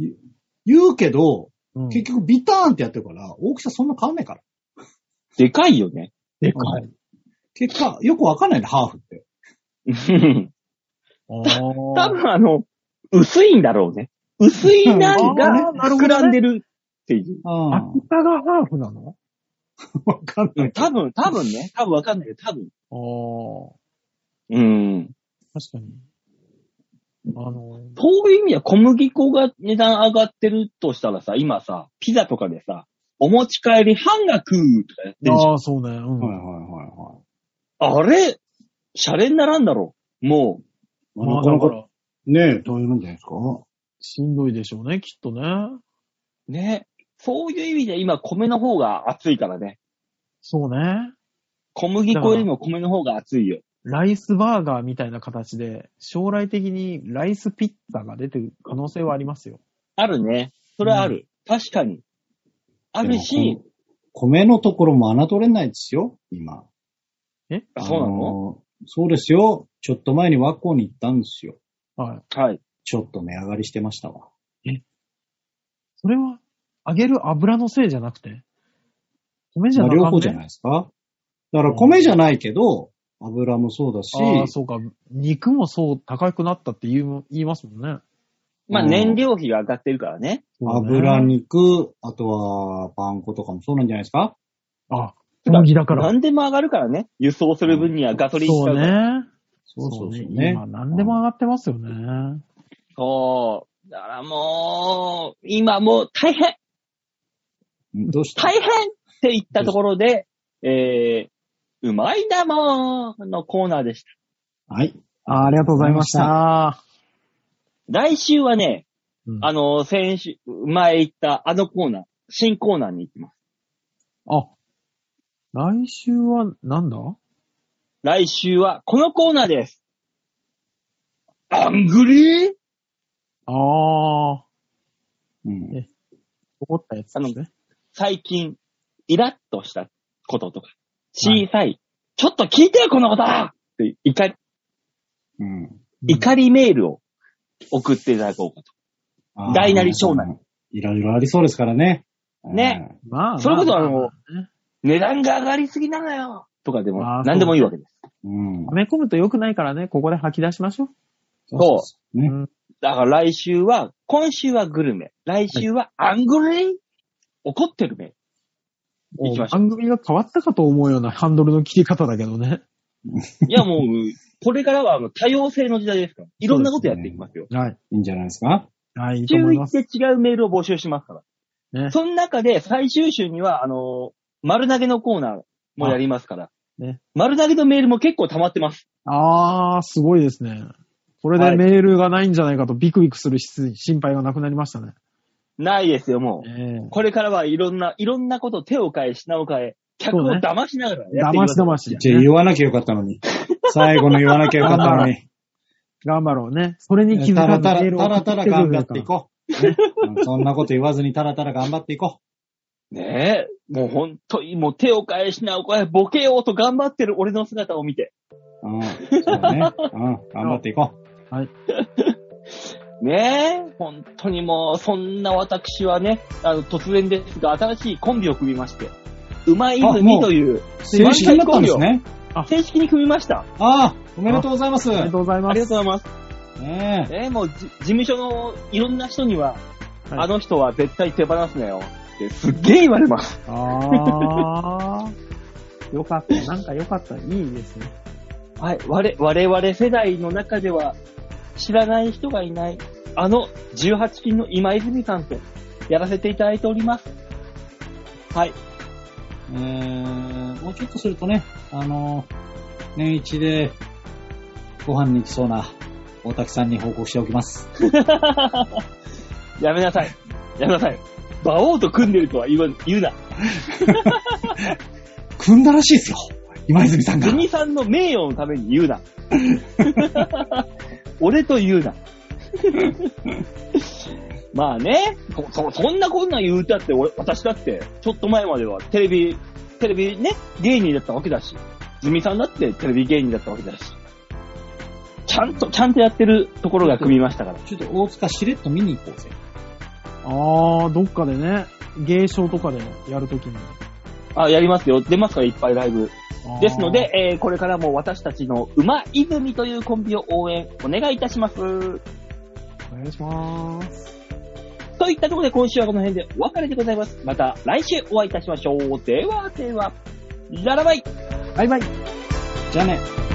S4: 言うけど、
S3: うん
S4: 結局ビターンってやってるから、大きさそんな変わんないから。
S2: でかいよね。
S3: で
S4: かい。結果、よくわかんないね、ハーフって。
S3: あ
S2: 多
S3: ー
S2: 分あの、薄いんだろうね。薄いナンが
S3: あーなるほどね
S2: 膨らんでるっていう。
S4: あ
S3: あ北がハーフなの
S4: わかんない。
S2: 多分、多分ね。多分わかんないけど、多分。
S3: あ
S2: うん。
S3: あ、確かに。あの、
S2: そういう意味では小麦粉が値段上がってるとしたらさ、今さ、ピザとかでさ、お持ち帰り半額とかやってるじゃん。
S3: ああ、そうね。うん。
S4: はいはいはいはい。
S2: あれ、シャレにならんだろう。も
S3: まあ、
S4: なか
S3: だ
S4: な
S3: か、
S4: からねえ、どういうもんじゃないですか。
S3: しんどいでしょうね、きっとね。
S2: う、ね。そういう意味で今米の方が熱いからね。
S3: そうね。
S2: 小麦粉よりも米の方が熱いよ。
S3: ライスバーガーみたいな形で、将来的にライスピッツァが出てる可能性はありますよ。
S2: あるね。それはある。確かに。ある
S4: で
S2: し
S4: も、この米のところも侮れないですよ、今。
S2: あそうなの
S4: あのそうですよ。ちょっと前に和光に行ったんですよ。
S3: はい。
S2: はい。
S4: ちょっと値上がりしてましたわ。
S3: それは、揚げる油のせいじゃなくて、米じゃ
S4: ま
S3: なくて、
S4: あ、両方じゃないですか。だから米じゃないけど、油もそうだし、
S3: ああ、そうか。肉もそう高くなったって言う言いますもんね。
S2: まあ
S4: うん
S2: 燃料費が上がってるからね。
S4: 油。肉、あとはパン粉とかもそうなんじゃないですか。
S3: あ、小麦だから。
S2: 何でも上がるからね。輸送する分にはガソリン
S3: そ
S2: 使
S3: う
S2: うから。
S3: ね。
S4: そうそうそうね。
S3: 今何でも上がってますよね。
S2: そう。だからもう、今もう大変
S4: うんどうした
S2: 大変って言ったところで、えー、うまいだもんのコーナーでした。
S4: はい。
S3: あありがとう。
S4: ございました
S2: 来週はね、
S3: うん
S2: あの、先週、前行ったあのコーナー、新コーナーに行きます。
S3: あ、来週はなんだ
S2: 来週はこのコーナーです。アングリー
S3: ああ、
S4: うん
S3: え怒ったやつですね。
S2: 最近、イラッとしたこととか、小さい、ちょっと聞いてよこのことって怒り、
S4: うん
S2: 怒りメールを送っていただこうか
S4: あー
S2: 大なり小なり。
S4: いろいろありそうですからね。
S2: ね
S4: うん。
S3: まあまあ、
S2: それこそあの
S3: は
S2: と。値段が上がりすぎなのよとかで
S3: あ
S2: も、
S3: ー
S2: 何でもいいわけです。
S4: うん。
S3: め込むと良くないからね、ここで吐き出しましょう。
S2: そう
S4: うね
S3: ん
S2: だから来週は、今週はグルメ、来週はアングリー、怒ってるね。行きましょ
S3: 番組が変わったかと思うようなハンドルの切り方だけどね。
S2: う。いやもう、これからはあの多様性の時代です から、いろんなことやっていきますよ。
S3: はい。
S4: いいんじゃないですか。
S3: はい、いいと
S2: 週
S3: 思います。
S2: 1で違うメールを募集しますから。
S3: ね
S2: その中で最終週には、あのー丸投げのコーナーもやりますから。
S3: ね
S2: 丸投げのメールも結構溜まってます。
S3: あー、すごいですね。これ
S2: は
S3: で
S2: い
S3: メールがないんじゃないかとビクビクするし心配がなくなりましたね。
S2: ないですよ、もう。
S3: え
S2: これからはいろんな、いろんなこと手を変え、品を変え、客を
S3: そうね
S2: 騙しながら
S3: え
S2: やっていき
S3: 騙
S2: ま
S3: し
S2: す。
S3: 騙し、
S4: じゃあ
S3: ね
S4: 言わなきゃよかったのに。最後の言わなきゃよかったのに。
S3: 頑張ろうね。それに気づ
S4: た
S3: か
S4: ら
S3: ず
S4: た
S3: メー
S4: ら、
S3: ルを送
S4: たら
S3: って
S4: た
S3: く
S4: ら
S3: れ
S4: 頑
S3: る
S4: 張
S3: の
S4: って
S3: か
S4: いこう。ねうんそんなこと言わずにたらたら頑張っていこ
S2: ねえ。もう本当に、もう手を変え、品を変え、ボケようと頑張ってる俺の姿を見て。
S4: う。うん。そうだね。うん。頑張っていこう。
S2: ねえ。本当にもう、そんな私はね、あの、突然ですが、新しいコンビを組みまして、うまい
S4: あも
S2: 泉
S4: う
S2: という、
S4: 正式になったんですね。
S2: 正式に組みました。
S4: ああ、おめでとうございます。
S3: ありが
S4: ね
S3: とうござい
S2: あ
S3: ま
S2: り
S3: す。
S2: がとうございます。
S4: え。
S2: えーもうじ、事務所のいろんな人には、
S3: はい
S2: あの人は絶対手放すなよってすっげえ言われます。
S3: あー。よかった。なんかよかった。いいですね。
S2: はい、我我々世代の中では知らない人がいない、あの18金の今泉さんとやらせていただいております。はい、
S4: えーもうちょっとするとね、あのー、年一でご飯に行きそうな大滝さんに報告しておきます。
S2: やめなさい。やめなさい。馬王と組んでるとは言わ言うな。
S4: 組んだらしいですよ。今泉さんが。
S2: 国さんの名誉のために言うな。俺と言うな。まあねそそ、そんなこんな言うたって、俺私だって、ちょっと前まではテレビ、テレビね、芸人だったわけだし、ズミさんだってテレビ芸人だったわけだし、ちゃんと、ちゃんとやってるところが組みましたから。
S4: ちょっと大塚しれっと見に行こうぜ。
S3: あー、どっかでね、芸賞とかでやるときに。
S2: あ、やりますよ。出ますから、いっぱいライブ。
S3: あー
S2: ですので、、えーこれからも私たちの馬泉というコンビを応援お願いいたします。
S3: お願いします。
S2: といったところで今週はこの辺でお別れでございます。また来週お会いいたしましょう。ではでは、ララバイ
S3: バイバイ。
S4: じゃあね。